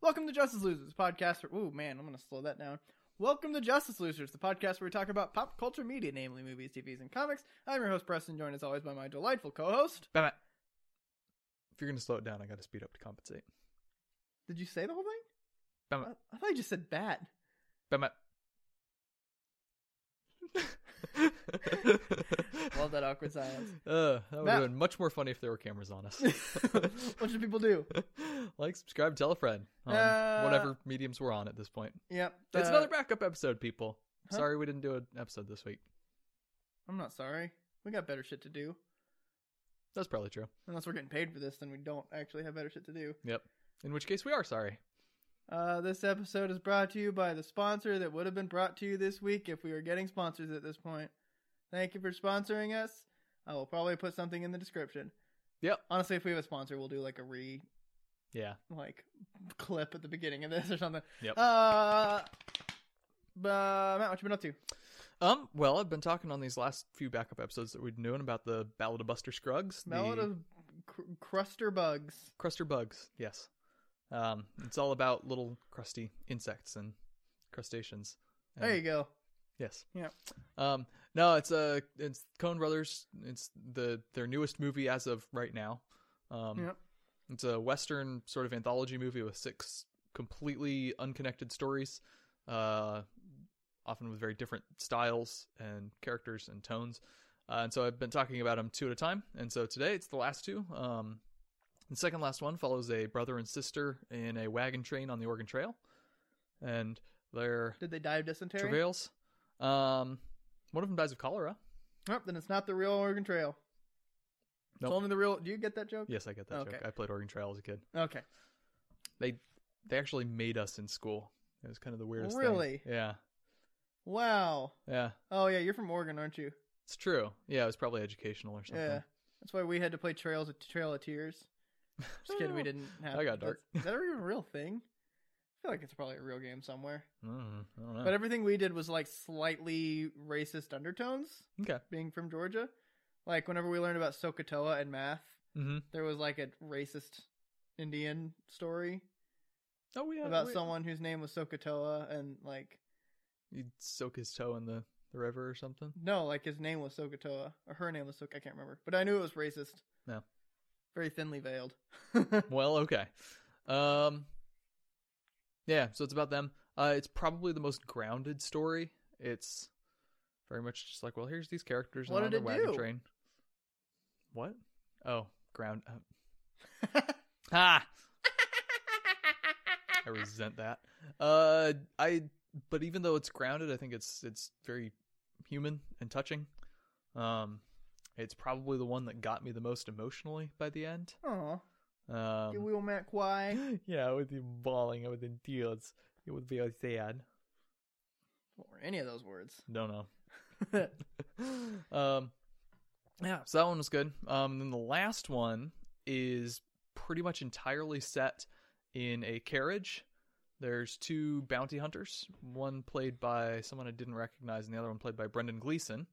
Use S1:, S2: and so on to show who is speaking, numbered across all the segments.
S1: Welcome to Justice Losers, the podcast. Where, ooh, man, I'm going to slow that down. Welcome to Justice Losers, the podcast where we talk about pop culture media, namely movies, TVs, and comics. I'm your host, Preston, joined as always by my delightful co-host.
S2: Bam it. If you're gonna slow it down, I gotta speed up to compensate.
S1: Did you say the whole thing?
S2: Bam
S1: I,
S2: it.
S1: I thought you just said bat.
S2: Bam it.
S1: Love that awkward silence.
S2: Uh, that would
S1: Matt-
S2: have been much more funny if there were cameras on us.
S1: what should people do?
S2: like, subscribe, tell a friend. On
S1: Uh,
S2: whatever mediums we're on at this point.
S1: Yep.
S2: It's
S1: uh,
S2: another backup episode, people.
S1: Huh?
S2: Sorry we didn't do an episode this week.
S1: I'm not sorry. We got better shit to do.
S2: That's probably true.
S1: Unless we're getting paid for this, then we don't actually have better shit to do.
S2: In which case, we are sorry.
S1: Uh, this episode is brought to you by the sponsor that would have been brought to you this week if we were getting sponsors at this point. Thank you for sponsoring us. I will probably put something in the description.
S2: Yep.
S1: Honestly, if we have a sponsor, we'll do like a re
S2: Yeah.
S1: like clip at the beginning of this or something.
S2: Yep.
S1: Uh, but Matt, what you been up to?
S2: Um. Well, I've been talking on these last few backup episodes that we've been doing about the Ballad of Buster Scruggs.
S1: Ballad
S2: the-
S1: of cr- Cruster Bugs.
S2: Cruster bugs, yes. Um, it's all about little crusty insects and crustaceans. And-
S1: There you go.
S2: Yes.
S1: Yeah.
S2: Um, no, it's uh, it's Coen Brothers. It's the their newest movie as of right now. Um,
S1: Yep.
S2: It's a western sort of anthology movie with six completely unconnected stories, uh, often with very different styles and characters and tones. Uh, and so I've been talking about them two at a time. And so today it's the last two. Um, the second last one follows a brother and sister in a wagon train on the Oregon Trail, and their
S1: Did they die of dysentery?
S2: travails. Um, one of them dies of cholera.
S1: Nope, then it's not the real Oregon Trail. It's
S2: Nope.
S1: only the real. Do you get that joke?
S2: Yes, I get that
S1: Okay.
S2: joke. I played Oregon Trail as a kid.
S1: Okay.
S2: They actually made us in school. It was kind of the weirdest. thing.
S1: Really?
S2: Yeah.
S1: Wow.
S2: Yeah.
S1: Oh yeah, you're from Oregon, aren't you?
S2: It's true. Yeah, it was probably educational or something.
S1: Yeah. That's why we had to play Trails at Trail of Tears. Just kidding, we didn't have.
S2: That got dark.
S1: that's- Is that even a real thing? I feel like it's probably a real game somewhere.
S2: Mm, I don't know.
S1: But everything we did was like slightly racist undertones.
S2: okay.
S1: Being from Georgia, like whenever we learned about Sokotoa and math,
S2: hmm
S1: there was like a racist Indian story
S2: Oh yeah.
S1: about
S2: wait.
S1: someone whose name was Sokotoa and like
S2: He'd soak his toe in the, the river or something.
S1: No, like his name was Sokotoa, or her name was Sok. I can't remember, but I knew it was racist.
S2: No.
S1: very thinly veiled.
S2: Well, okay. Um. Yeah. So it's about them. Uh, it's probably the most grounded story. It's very much just like, well, here's these characters
S1: What
S2: and on
S1: did
S2: their
S1: it
S2: wagon
S1: do?
S2: train. What? Oh, ground. Uh, ah. I resent that. Uh, I but even though it's grounded, I think it's it's very human and touching. Um, it's probably the one that got me the most emotionally by the end.
S1: Aw, you
S2: Um,
S1: will Matt Quai.
S2: yeah, with the bawling, with the tears, it would be sad.
S1: What were any of those words?
S2: Don't know. um, yeah, so that one was good. Um, then the last one is pretty much entirely set in a carriage. There's two bounty hunters, one played by someone I didn't recognize, and the other one played by Brendan Gleeson,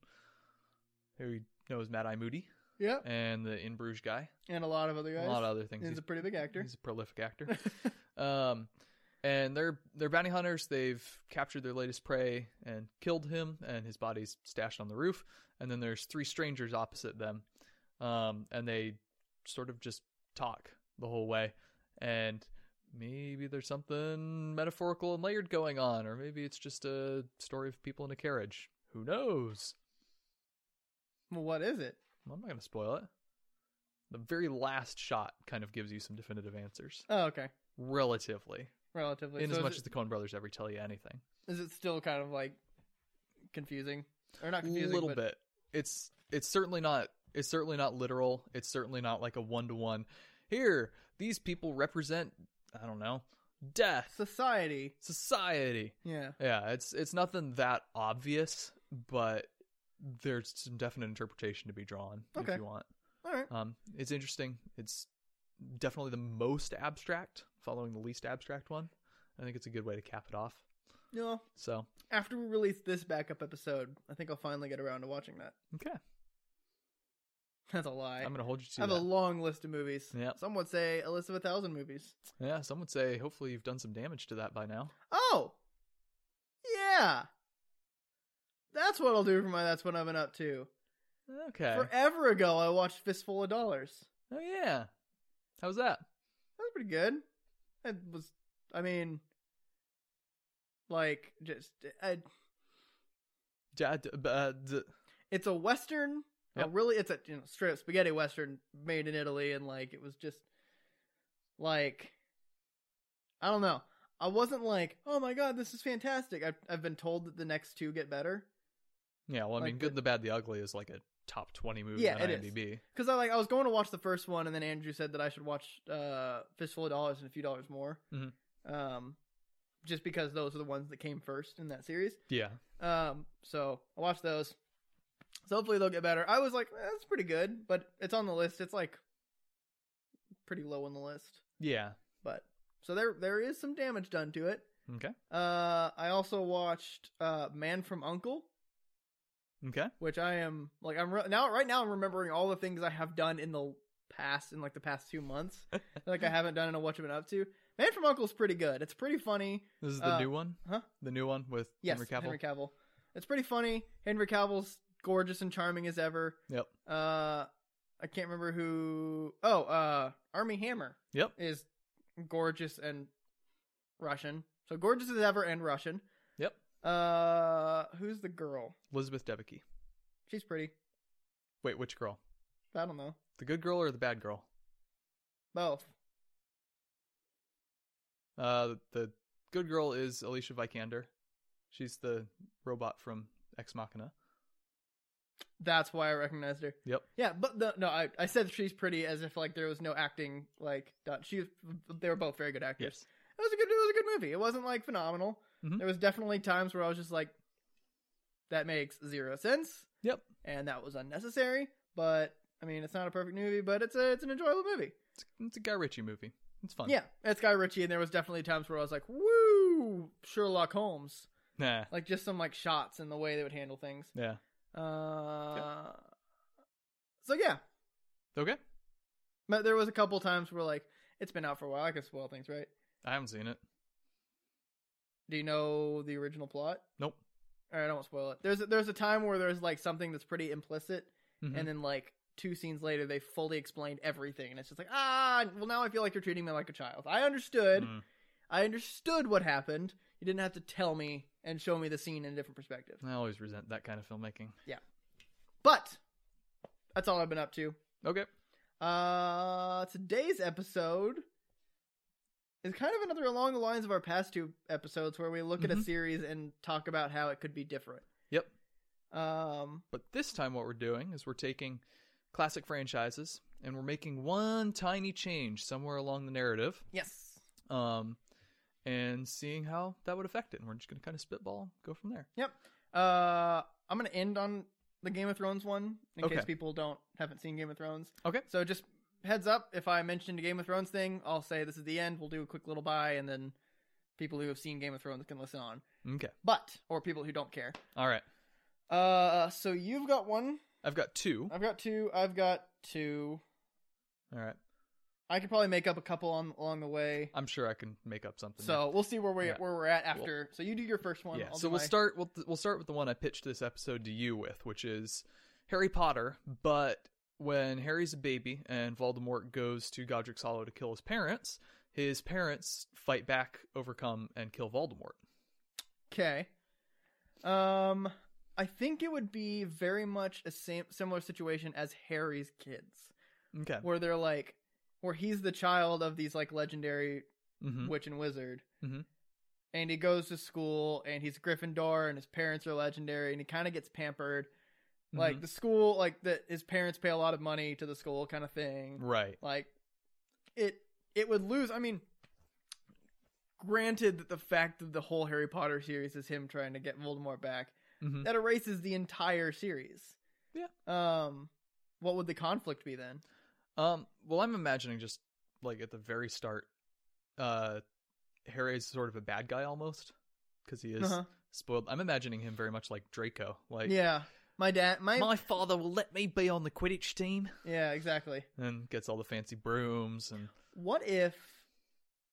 S2: who you know as Mad Eye Moody
S1: Yep,
S2: and the In Bruges guy.
S1: and a lot of other guys.
S2: A lot of other things.
S1: He's a pretty big actor.
S2: He's a prolific actor. Um, and they're they're bounty hunters. They've captured their latest prey and killed him, and his body's stashed on the roof. And then there's three strangers opposite them, um, and they sort of just talk the whole way. And maybe there's something metaphorical and layered going on, or maybe it's just a story of people in a carriage. Who knows?
S1: well, what is it?
S2: I'm not going to spoil it. The very last shot kind of gives you some definitive answers,
S1: Oh, okay.
S2: relatively.
S1: Relatively.
S2: in
S1: So
S2: as
S1: is
S2: much
S1: it-
S2: as the Coen Brothers ever tell you anything.
S1: is it still kind of like confusing, or not
S2: A
S1: confusing?
S2: little
S1: but-
S2: bit. It's it's certainly not it's certainly not literal. It's certainly not like a one to one. Here, these people represent I don't know death,
S1: Society.
S2: society.
S1: Yeah.
S2: Yeah, it's it's nothing that obvious, but there's some definite interpretation to be drawn
S1: Okay.
S2: if you want.
S1: All right.
S2: Um, it's interesting. It's definitely the most abstract, following the least abstract one. I think it's a good way to cap it off.
S1: You know,
S2: So
S1: after we release this backup episode, I think I'll finally get around to watching that.
S2: okay,
S1: That's a lie.
S2: I'm gonna hold you
S1: I
S2: to
S1: have
S2: that.
S1: a long list of movies.
S2: Yep.
S1: Some would say a list of a thousand movies.
S2: yeah, some would say hopefully you've done some damage to that by now.
S1: Oh, yeah. That's what I'll do for my. That's what I've been up to.
S2: Okay.
S1: Forever ago, I watched Fistful of Dollars.
S2: oh yeah. How's that?
S1: That was pretty good. It was. I mean, like just I,
S2: Ja- d- b- uh, d-
S1: it's a western. a
S2: Yep.
S1: really, it's a you know, straight up spaghetti western made in Italy, and like it was just like I don't know. I wasn't like, oh my god, this is fantastic. I've I've been told that the next two get better
S2: Yeah, well, I
S1: Like
S2: mean, Good,
S1: the-
S2: the Bad, the Ugly is like a top twenty movie
S1: Yeah,
S2: on
S1: it is.
S2: IMDb.
S1: because I like I was going to watch the first one, and then Andrew said that I should watch uh, Fistful of Dollars and a few dollars more,
S2: Mhm.
S1: um, just because those are the ones that came first in that series.
S2: Yeah,
S1: Um, so I watched those. So hopefully they'll get better. I was like, eh, that's pretty good, but it's on the list. It's like pretty low on the list,
S2: yeah.
S1: but so there there is some damage done to it.
S2: Okay,
S1: Uh, I also watched uh Man from Uncle,
S2: okay.
S1: which I am like I'm re- now right now I'm remembering all the things I have done in the past in like the past two months, like I haven't done and what I've been up to. Man from Uncle's pretty good. It's pretty funny.
S2: This is the
S1: Uh,
S2: new one.
S1: huh?
S2: The new one with
S1: Yes,
S2: Henry Cavill.
S1: It's pretty funny. Henry Cavill's gorgeous and charming as ever.
S2: Yep.
S1: Uh, I can't remember who. Oh, uh, Army Hammer
S2: Yep.
S1: is gorgeous and Russian. So gorgeous as ever and Russian.
S2: Yep.
S1: Uh, who's the girl?
S2: Elizabeth Debicki.
S1: She's pretty.
S2: Wait, which girl?
S1: I don't know.
S2: The good girl or the bad girl?
S1: Both.
S2: Uh, the good girl is Alicia Vikander. She's the robot from Ex Machina.
S1: That's why I recognized her.
S2: Yep.
S1: Yeah, but the, no, I, I said she's pretty as if like there was no acting like done. She was, they were both very good actors.
S2: Yes.
S1: it was a good it was a good movie. It wasn't like phenomenal.
S2: Mhm.
S1: There was definitely times where I was just like, that makes zero sense.
S2: Yep.
S1: And that was unnecessary. But I mean, it's not a perfect movie, but it's a it's an enjoyable movie.
S2: It's, it's a Guy Ritchie movie. It's fun.
S1: Yeah, it's Guy Ritchie, and there was definitely times where I was like, woo, Sherlock Holmes.
S2: Nah.
S1: Like just some like shots and the way they would handle things.
S2: Yeah.
S1: Uh, so yeah,
S2: Okay.
S1: but there was a couple times where like it's been out for a while. I can spoil things, right?
S2: I haven't seen it.
S1: Do you know the original plot?
S2: Nope.
S1: All right, I won't spoil it. There's a, there's a time where there's like something that's pretty implicit,
S2: Mhm.
S1: and then like two scenes later, they fully explained everything, and it's just like ah, well now I feel like you're treating me like a child. I understood,
S2: Mm.
S1: I understood what happened. You didn't have to tell me and show me the scene in a different perspective.
S2: I always resent that kind of filmmaking.
S1: But that's all I've been up to.
S2: Okay.
S1: Uh, today's episode is kind of another along the lines of our past two episodes where we look at a
S2: Mhm.
S1: series and talk about how it could be different.
S2: Yep.
S1: Um,
S2: But this time, what we're doing is we're taking classic franchises and we're making one tiny change somewhere along the narrative
S1: yes.
S2: um, and seeing how that would affect it. And we're just going to kind of spitball and go from there.
S1: Uh, I'm gonna end on the Game of Thrones one in
S2: Okay.
S1: case people don't haven't seen Game of Thrones.
S2: Okay.
S1: So just heads up, if I mentioned a Game of Thrones thing, I'll say this is the end. We'll do a quick little bye, and then people who have seen Game of Thrones can listen on.
S2: Okay.
S1: But or people who don't care.
S2: All right.
S1: Uh, so you've got one.
S2: I've got two.
S1: I've got two. I've got two.
S2: All right.
S1: I could probably make up a couple on along the way.
S2: I'm sure I can make up something.
S1: So we'll see where we
S2: Yeah.
S1: where we're at after. so you do your first one.
S2: yeah.
S1: I'll
S2: So
S1: do
S2: we'll
S1: my-
S2: start. We'll we'll start with the one I pitched this episode to you with, which is Harry Potter. But when Harry's a baby and Voldemort goes to Godric's Hollow to kill his parents, his parents fight back, overcome, and kill Voldemort.
S1: Okay. Um, I think it would be very much a same similar situation as Harry's kids,
S2: Okay.
S1: where they're like, where he's the child of these like legendary
S2: Mm-hmm.
S1: witch and wizard,
S2: Mhm.
S1: and he goes to school and he's Gryffindor and his parents are legendary and he kind of gets pampered,
S2: Mm-hmm.
S1: like the school, like that his parents pay a lot of money to the school kind of thing,
S2: Mm-hmm. right.
S1: like it it would lose i mean granted that the fact of the whole harry potter series is him trying to get voldemort back
S2: Mhm.
S1: that erases the entire series
S2: Yeah.
S1: um what would the conflict be then
S2: Um. Well, I'm imagining just like at the very start, uh, Harry's sort of a bad guy almost because he is spoiled. I'm imagining him very much like Draco, like
S1: Uh-huh. yeah My dad, my,
S2: My father will let me be on the Quidditch team.
S1: yeah, exactly.
S2: And gets all the fancy brooms and
S1: What if?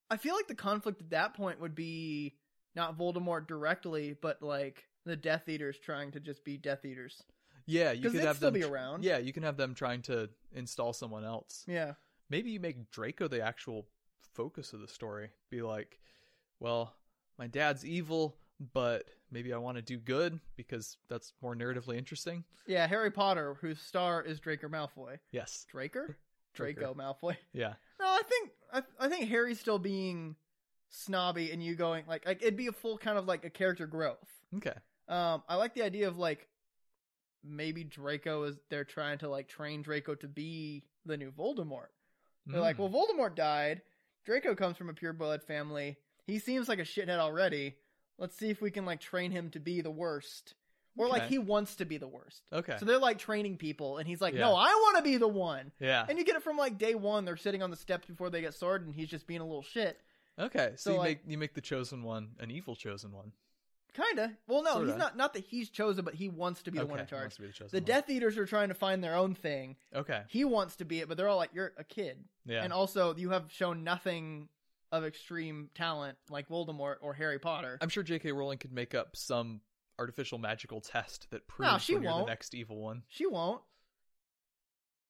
S1: I feel like the conflict at that point would be not Voldemort directly, but like the Death Eaters trying to just be Death Eaters
S2: yeah, you
S1: because
S2: could
S1: they'd
S2: have
S1: still
S2: them.
S1: be
S2: tr-
S1: around.
S2: Yeah, you can have them trying to install someone else.
S1: yeah,
S2: Maybe you make Draco the actual focus of the story. Be like, well, my dad's evil, but maybe I want to do good because that's more narratively interesting.
S1: yeah. Harry Potter, whose star is Draco Malfoy.
S2: Yes.
S1: Draker,
S2: Draker.
S1: Draco Malfoy.
S2: Yeah.
S1: No, I think I, I think Harry's still being snobby, and you going like like it'd be a full kind of like a character growth.
S2: Okay.
S1: Um, I like the idea of like maybe Draco is they're trying to like train Draco to be the new Voldemort. They're like,
S2: Mm.
S1: well, Voldemort died. Draco comes from a pureblood family. He seems like a shithead already. Let's see if we can like train him to be the worst, or like
S2: Okay.
S1: he wants to be the worst.
S2: okay.
S1: So they're like training people, and he's like,
S2: Yeah.
S1: no, I want to be the one.
S2: yeah.
S1: And you get it from like day one. They're sitting on the steps before they get sword, and he's just being a little shit.
S2: Okay,
S1: So,
S2: so, you
S1: like-
S2: make you make the chosen one an evil chosen one.
S1: Kinda. Well, no,
S2: Sorta.
S1: he's not. Not that he's chosen, but he wants to be the
S2: okay,
S1: one in
S2: he
S1: charge.
S2: wants to be the chosen
S1: The
S2: one.
S1: Death Eaters are trying to find their own thing.
S2: Okay,
S1: He wants to be it, but they're all like, "You're a kid,"
S2: yeah,
S1: and also you have shown nothing of extreme talent like Voldemort or Harry Potter.
S2: I'm sure J.K. Rowling could make up some artificial magical test that proves
S1: she
S2: when you're
S1: won't.
S2: the next evil one.
S1: she won't.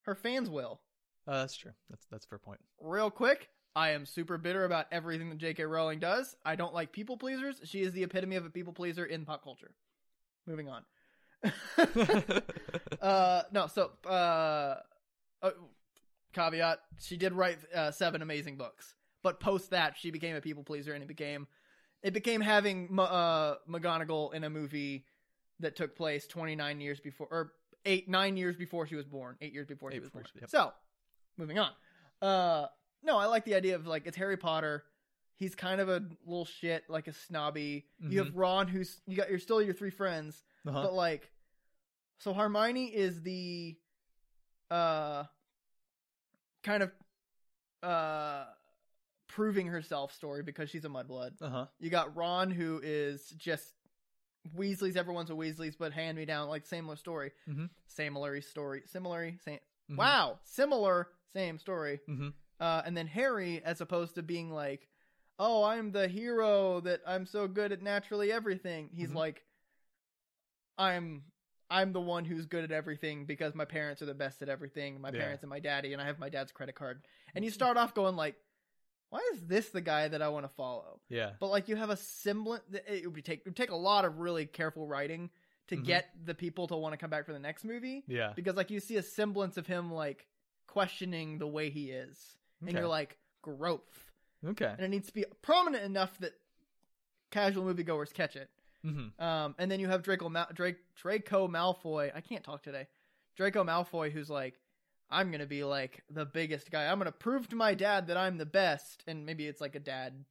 S1: Her fans will.
S2: Uh, that's true. That's that's a fair point.
S1: Real quick, I am super bitter about everything that J.K. Rowling does. I don't like people pleasers. She is the epitome of a people pleaser in pop culture. Moving on.
S2: Uh-huh.
S1: uh no so uh, uh caveat she did write uh, seven amazing books but post that she became a people pleaser and it became it became having M- uh McGonagall in a movie that took place 29 years before or 8 9 years before she was born 8 years before she
S2: Eight
S1: was
S2: before
S1: born
S2: she- yep.
S1: so moving on uh no I like the idea of like it's Harry Potter he's kind of a little shit like a snobby you
S2: Mm-hmm.
S1: have Ron who's you got you're still your three friends
S2: Uh-huh.
S1: but like so Hermione is the uh kind of uh proving herself story because she's a mudblood.
S2: uh-huh.
S1: You got Ron who is just Weasley's everyone's a Weasley's but hand me down like similar story.
S2: Mhm.
S1: Similar story. Similar same
S2: Mhm.
S1: Wow, similar same story.
S2: Mhm.
S1: Uh and then Harry as opposed to being like oh, I'm the hero that I'm so good at naturally everything. He's
S2: Mhm.
S1: like, I'm I'm the one who's good at everything because my parents are the best at everything. My
S2: Yeah.
S1: parents and my daddy, and I have my dad's credit card. And you start off going like, why is this the guy that I want to follow?
S2: Yeah.
S1: But like you have a semblance. It would be take it would take a lot of really careful writing to
S2: Mhm.
S1: get the people to want to come back for the next movie
S2: Yeah.
S1: because like you see a semblance of him like questioning the way he is, and
S2: Okay.
S1: you're like growth
S2: okay.
S1: and it needs to be prominent enough that casual moviegoers catch it.
S2: hmm
S1: Um, and then you have Draco Mal- Drake Draco Malfoy. I can't talk today. Draco Malfoy, who's like, I'm gonna be like the biggest guy. I'm gonna prove to my dad that I'm the best. And maybe it's like a dad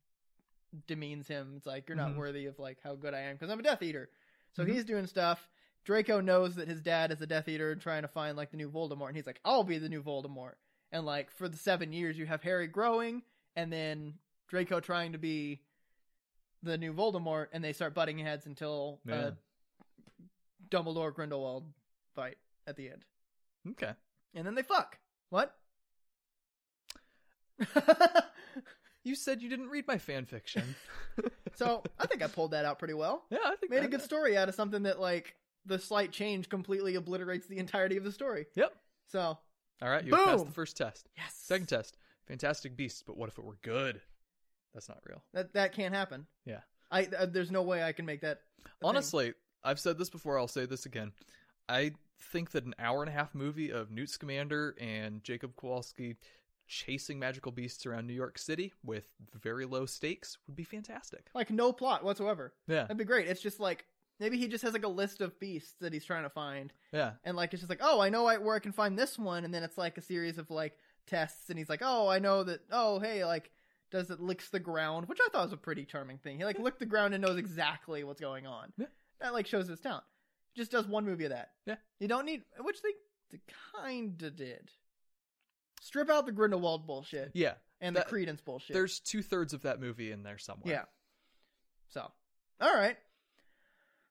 S1: demeans him. It's like you're not
S2: Mhm.
S1: worthy of like how good I am because I'm a Death Eater. So
S2: Mhm.
S1: he's doing stuff. Draco knows that his dad is a Death Eater and trying to find like the new Voldemort. And he's like, I'll be the new Voldemort. And like for the seven years, you have Harry growing, and then Draco trying to be the new Voldemort, and they start butting heads until
S2: Yeah.
S1: uh, Dumbledore Grindelwald fight at the end,
S2: Okay.
S1: and then they fuck. What?
S2: You said you didn't read my fan fiction.
S1: so I think I pulled that out pretty well.
S2: yeah, I think
S1: Made a
S2: that-
S1: good story out of something that like the slight change completely obliterates the entirety of the story.
S2: Yep.
S1: So
S2: All right, you have passed
S1: Boom!
S2: the first test.
S1: yes,
S2: Second test, Fantastic Beasts, but what if it were good? That's not real.
S1: that that can't happen.
S2: Yeah.
S1: I uh, there's no way I can make that. a thing.
S2: Honestly, I've said this before, I'll say this again. I think that an hour and a half movie of Newt Scamander and Jacob Kowalski chasing magical beasts around New York City with very low stakes would be fantastic.
S1: like no plot whatsoever.
S2: Yeah.
S1: That'd be great. It's just like maybe he just has like a list of beasts that he's trying to find,
S2: Yeah.
S1: and like it's just like, oh, I know I, where I can find this one, and then it's like a series of like tests, and he's like, oh, I know that. Oh, hey, like does it licks the ground, which I thought was a pretty charming thing. He like licked the ground and knows exactly what's going on.
S2: Yeah.
S1: That like shows his talent. Just does one movie of that.
S2: Yeah.
S1: you don't need which they, they kinda did. Strip out the Grindelwald bullshit
S2: Yeah.
S1: and
S2: that-
S1: the Credence bullshit.
S2: There's two thirds of that movie in there somewhere.
S1: Yeah. So, all right.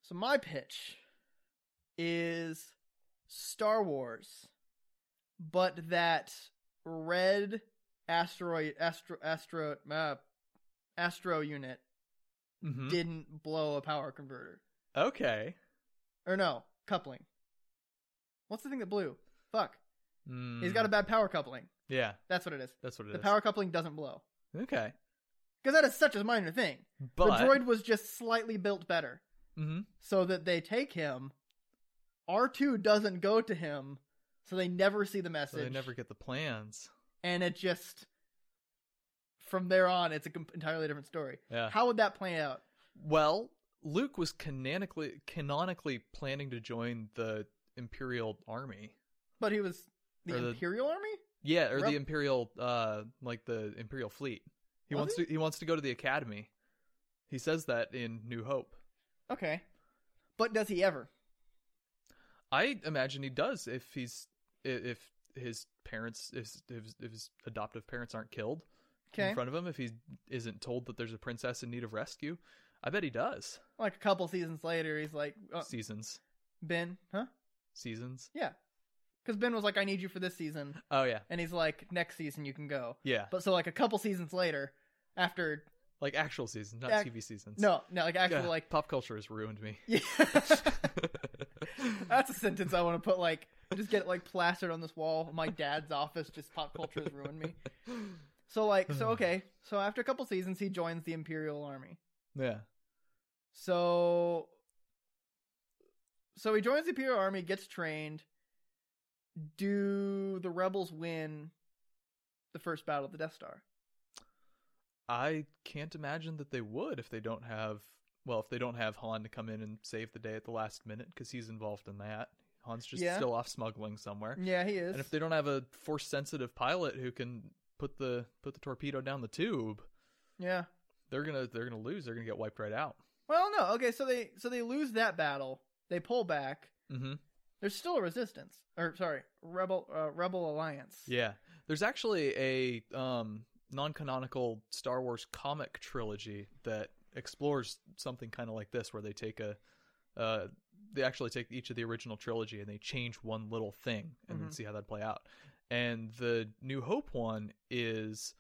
S1: So my pitch is Star Wars, but that red asteroid astro astro uh, astro unit
S2: Mhm.
S1: didn't blow a power converter
S2: Okay.
S1: or no coupling. What's the thing that blew? Fuck, he's
S2: Mm.
S1: got a bad power coupling.
S2: Yeah,
S1: That's what it is.
S2: that's what it is.
S1: the power coupling doesn't blow
S2: Okay.
S1: because that is such a minor thing.
S2: But
S1: The droid was just slightly built better.
S2: hmm
S1: so that they take him. R2 doesn't go to him, so they never see the
S2: so
S1: message.
S2: they never get the plans.
S1: and it just from there on, it's an entirely different story.
S2: Yeah.
S1: How would that play out?
S2: Well, Luke was canonically canonically planning to join the Imperial Army.
S1: But he was the
S2: Or the-
S1: Imperial Army.
S2: Yeah, or
S1: Rep-
S2: the Imperial uh like the Imperial fleet. He
S1: Was
S2: wants to he wants to go to the academy. He says that in New Hope.
S1: Okay, but does he ever?
S2: I imagine he does if he's i- if his parents if his- if his, if his adoptive parents aren't killed
S1: Okay,
S2: in front of him if he isn't told that there's a princess in need of rescue. I bet he does.
S1: like a couple seasons later, he's like uh,
S2: seasons.
S1: Ben, huh?
S2: Seasons.
S1: Because Ben was like, "I need you for this season,"
S2: Oh yeah.
S1: and he's like, "Next season you can go."
S2: Yeah.
S1: But so like a couple seasons later, after
S2: Like actual seasons, not
S1: Ac-
S2: TV seasons.
S1: no, no, like actually
S2: Yeah,
S1: like
S2: pop culture has ruined me.
S1: yeah. That's a sentence I want to put like just get it like plastered on this wall. My dad's office just pop culture has ruined me. So like
S2: Hmm.
S1: so okay. So after a couple seasons he joins the Imperial Army.
S2: yeah.
S1: So So he joins the Imperial Army, gets trained. Do the rebels win the first battle of the Death Star?
S2: I can't imagine that they would if they don't have well, if they don't have Han to come in and save the day at the last minute because he's involved in that. Han's just
S1: Yeah.
S2: still off smuggling somewhere.
S1: Yeah, he is.
S2: And if they don't have a force sensitive pilot who can put the put the torpedo down the tube,
S1: yeah.
S2: they're gonna they're gonna lose. They're gonna get wiped right out.
S1: Well, no. Okay, so they so they lose that battle. They pull back.
S2: Mm-hmm.
S1: There's still a resistance, or sorry, rebel uh, rebel alliance.
S2: Yeah. There's actually a um, non canonical Star Wars comic trilogy that explores something kind of like this, where they take a. Uh, they actually take each of the original trilogy and they change one little thing and then
S1: Mhm.
S2: see how that'd play out. And the New Hope one is.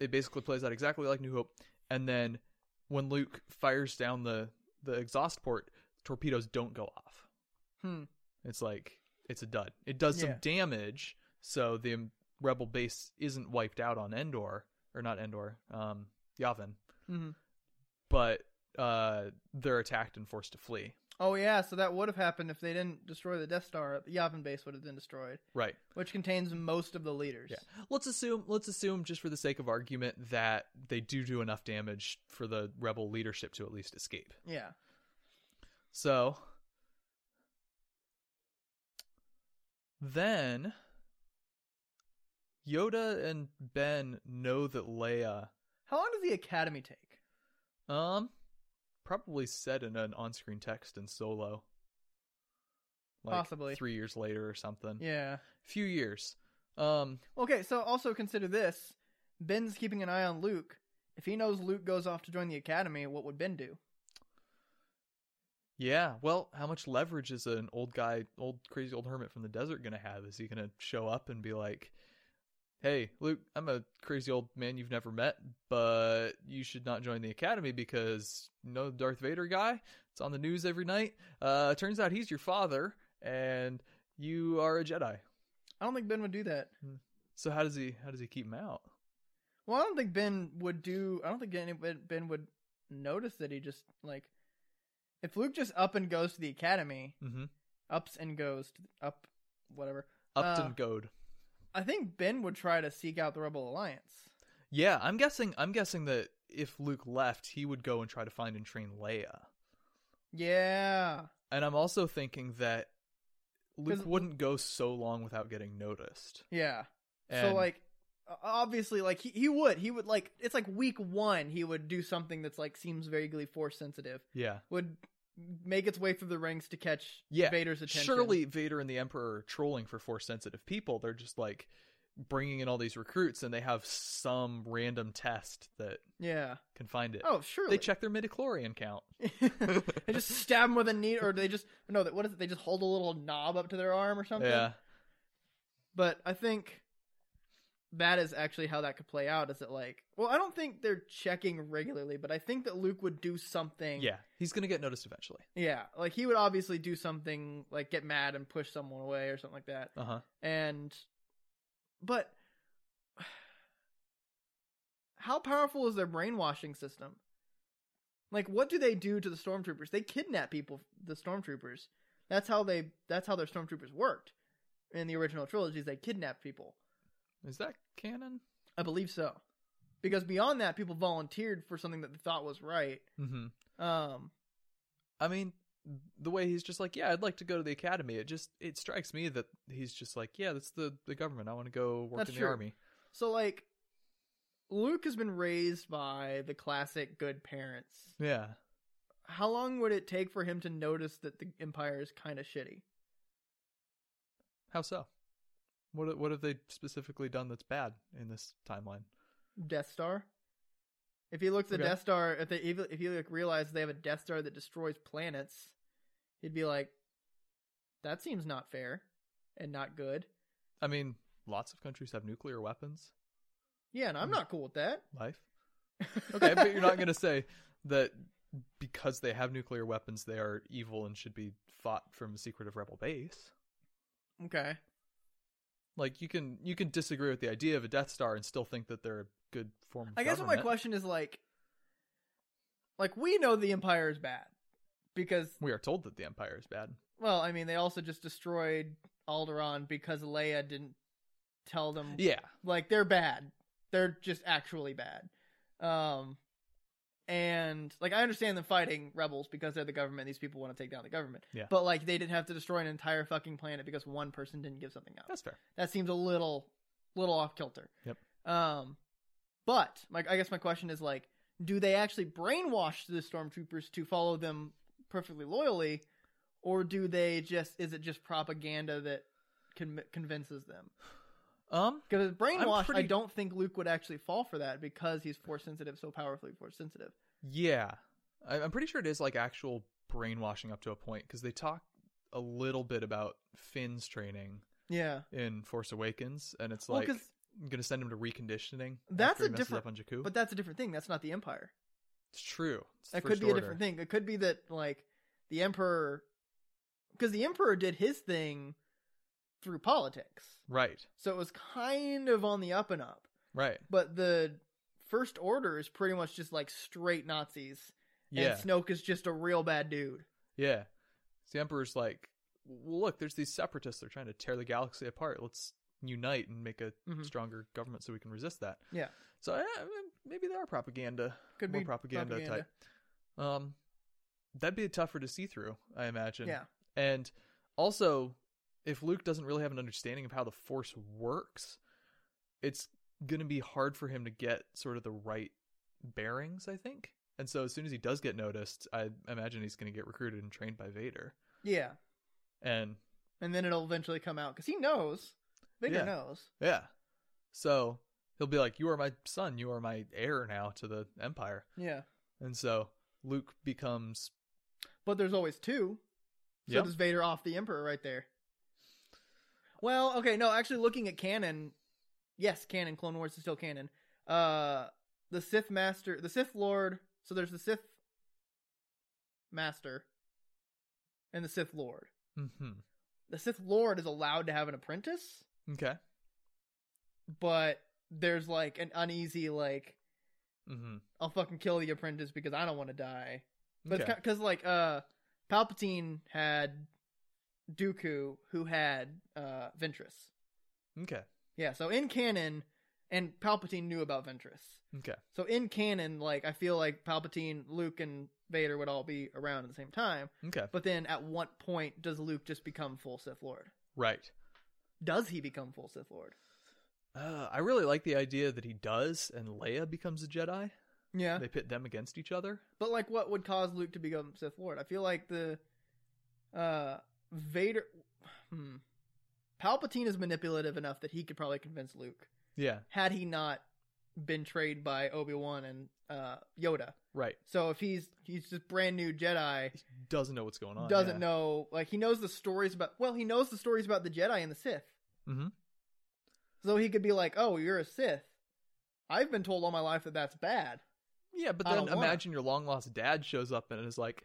S2: It basically plays out exactly like New Hope. And then when Luke fires down the, the exhaust port, torpedoes don't go off.
S1: Hmm.
S2: It's like it's a dud. It does some
S1: Yeah.
S2: damage, so the um, rebel base isn't wiped out on Endor or not Endor, um, Yavin,
S1: hmm
S2: but uh, they're attacked and forced to flee.
S1: Oh yeah, so that would have happened if they didn't destroy the Death Star. The Yavin base would have been destroyed,
S2: Right.
S1: which contains most of the leaders.
S2: Yeah. Let's assume. Let's assume, just for the sake of argument, that they do do enough damage for the rebel leadership to at least escape.
S1: Yeah.
S2: So then Yoda and Ben know that Leia
S1: How long does the Academy take?
S2: Um, probably said in an on-screen text in Solo.
S1: Possibly.
S2: three years later or something.
S1: Yeah.
S2: few years. Um,
S1: Okay, so also consider this: Ben's keeping an eye on Luke. If he knows Luke goes off to join the Academy, what would Ben do?
S2: yeah. Well, how much leverage is an old guy, old crazy old hermit from the desert gonna have? Is he gonna show up and be like, "Hey, Luke, I'm a crazy old man you've never met, but you should not join the academy because you know the Darth Vader guy. It's on the news every night. Uh, turns out he's your father, and you are a Jedi."
S1: I don't think Ben would do that.
S2: So how does he how does he keep him out?
S1: Well, I don't think Ben would do. I don't think any Ben would notice that he just like if Luke just up and goes to the Academy,
S2: Mm-hmm.
S1: ups and goes to, up, whatever.
S2: Upton
S1: Uh,
S2: Goad.
S1: I think Ben would try to seek out the Rebel Alliance.
S2: Yeah, I'm guessing I'm guessing that if Luke left, he would go and try to find and train Leia.
S1: Yeah.
S2: And I'm also thinking that Luke
S1: 'Cause-
S2: wouldn't go so long without getting noticed.
S1: Yeah.
S2: And-
S1: so like o- obviously like he, he would he would like it's like week 1 he would do something that's like seems vaguely force sensitive.
S2: yeah,
S1: Would make its way through the ranks to catch
S2: yeah.
S1: Vader's attention.
S2: Surely Vader and the Emperor are trolling for force sensitive people. They're just like, bringing in all these recruits and they have some random test that
S1: Yeah.
S2: can find it.
S1: Oh, sure.
S2: they check their midichlorian count.
S1: they just stab him with a needle, or they just no. That what is it? They just hold a little knob up to their arm or something.
S2: Yeah.
S1: But I think that is actually how that could play out. Is it like? Well, I don't think they're checking regularly, but I think that Luke would do something.
S2: Yeah. He's going to get noticed eventually.
S1: Yeah. Like he would obviously do something like get mad and push someone away or something like that.
S2: Uh huh.
S1: And but how powerful is their brainwashing system? Like what do they do to the stormtroopers? They kidnap people the stormtroopers. That's how they that's how their stormtroopers worked. In the original trilogies they kidnapped people.
S2: Is that canon?
S1: I believe so. Because beyond that people volunteered for something that they thought was right.
S2: hmm.
S1: Um
S2: I mean, the way he's just like, yeah, I'd like to go to the academy. It just it strikes me that he's just like, yeah, that's the the government. I want to go work
S1: That's
S2: in
S1: true.
S2: the army.
S1: so like Luke has been raised by the classic good parents.
S2: Yeah,
S1: how long would it take for him to notice that the empire is kind of shitty?
S2: how so? What what have they specifically done that's bad in this timeline?
S1: Death Star. If he looked at
S2: Okay.
S1: Death Star, if they if if he like realized they have a Death Star that destroys planets, he'd be like, "That seems not fair and not good."
S2: I mean, lots of countries have nuclear weapons.
S1: Yeah, and I'm
S2: Mm.
S1: not cool with that.
S2: Life, okay, but you're not going to say that because they have nuclear weapons, they are evil and should be fought from a secretive rebel base.
S1: okay.
S2: Like you can you can disagree with the idea of a Death Star and still think that they're a good form. Of
S1: I guess what my
S2: government.
S1: question is like, like we know the empire is bad because
S2: We are told that the Empire is bad.
S1: well, I mean, they also just destroyed Alderaan because Leia didn't tell them
S2: Yeah.
S1: like they're bad they're just actually bad um and like i understand them fighting rebels because they're the government these people want to take down the government
S2: Yeah.
S1: but like they didn't have to destroy an entire fucking planet because one person didn't give something up
S2: That's fair.
S1: that seems a little little off kilter
S2: Yep.
S1: um but like i guess my question is like do they actually brainwash the stormtroopers to follow them perfectly loyally or do they just is it just propaganda that con- convinces them
S2: Um,
S1: because brainwashed, I
S2: pretty-
S1: don't think Luke would actually fall for that because he's force sensitive, so powerfully force sensitive.
S2: yeah, I, I'm pretty sure it is like actual brainwashing up to a point because they talk a little bit about Finn's training
S1: Yeah,
S2: in Force Awakens, and it's
S1: Well,
S2: like
S1: 'cause-
S2: I'm gonna send him to reconditioning.
S1: That's
S2: after he
S1: a
S2: messes
S1: different-
S2: up on Jakku.
S1: but that's a different thing. That's not the Empire.
S2: it's true. It's the
S1: That could
S2: First
S1: be a
S2: Order.
S1: different thing. It could be that like the Emperor, because the Emperor did his thing through politics,
S2: Right.
S1: so it was kind of on the up and up.
S2: Right.
S1: But the First Order is pretty much just like straight Nazis,
S2: Yeah.
S1: and Snoke is just a real bad dude.
S2: Yeah. The Emperor's like, well, look, there's these separatists. They're trying to tear the galaxy apart. Let's unite and make a
S1: Mhm.
S2: stronger government so we can resist that.
S1: Yeah.
S2: So eh, maybe they are propaganda.
S1: Could
S2: more
S1: be
S2: propaganda,
S1: propaganda.
S2: type. Um, that'd be tougher to see through, I imagine.
S1: Yeah.
S2: And also, if Luke doesn't really have an understanding of how the Force works, it's gonna be hard for him to get sort of the right bearings. I think. And so, as soon as he does get noticed, I imagine he's gonna get recruited and trained by Vader.
S1: Yeah,
S2: And
S1: and then it'll eventually come out because he knows. Vader
S2: Yeah.
S1: knows.
S2: yeah, so he'll be like, "You are my son. You are my heir now to the Empire."
S1: Yeah.
S2: And so Luke becomes
S1: But there's always two. So
S2: Yep.
S1: does Vader off the Emperor right there? Well, okay, no, actually looking at canon, yes, canon, Clone Wars is still canon. Uh the Sith Master the Sith Lord so there's the Sith Master and the Sith Lord.
S2: Mm-hmm.
S1: The Sith Lord is allowed to have an apprentice,
S2: Okay.
S1: but there's like an uneasy like
S2: Mm-hmm.
S1: I'll fucking kill the apprentice because I don't want to die. But
S2: okay.
S1: it's because like uh, Palpatine had Dooku, who had uh Ventress.
S2: okay.
S1: Yeah, so in canon, and Palpatine knew about Ventress.
S2: Okay.
S1: So in canon, like I feel like Palpatine, Luke, and Vader would all be around at the same time.
S2: Okay.
S1: But then at what point does Luke just become full Sith Lord?
S2: Right.
S1: Does he become full Sith Lord?
S2: Uh, I really like the idea that he does, and Leia becomes a Jedi.
S1: Yeah,
S2: They pit them against each other.
S1: but like, what would cause Luke to become Sith Lord? I feel like the uh Vader. Hmm. Palpatine is manipulative enough that he could probably convince Luke
S2: Yeah.
S1: had he not been trained by Obi Wan and uh, Yoda.
S2: Right.
S1: So if he's he's just brand new Jedi,
S2: Doesn't know what's going on.
S1: doesn't
S2: yeah.
S1: know like he knows the stories about well he knows the stories about the Jedi and the Sith.
S2: Mhm.
S1: So he could be like, "Oh, you're a Sith. I've been told all my life that that's bad."
S2: Yeah, but
S1: I
S2: then
S1: don't wanna.
S2: imagine your long lost dad shows up and is like,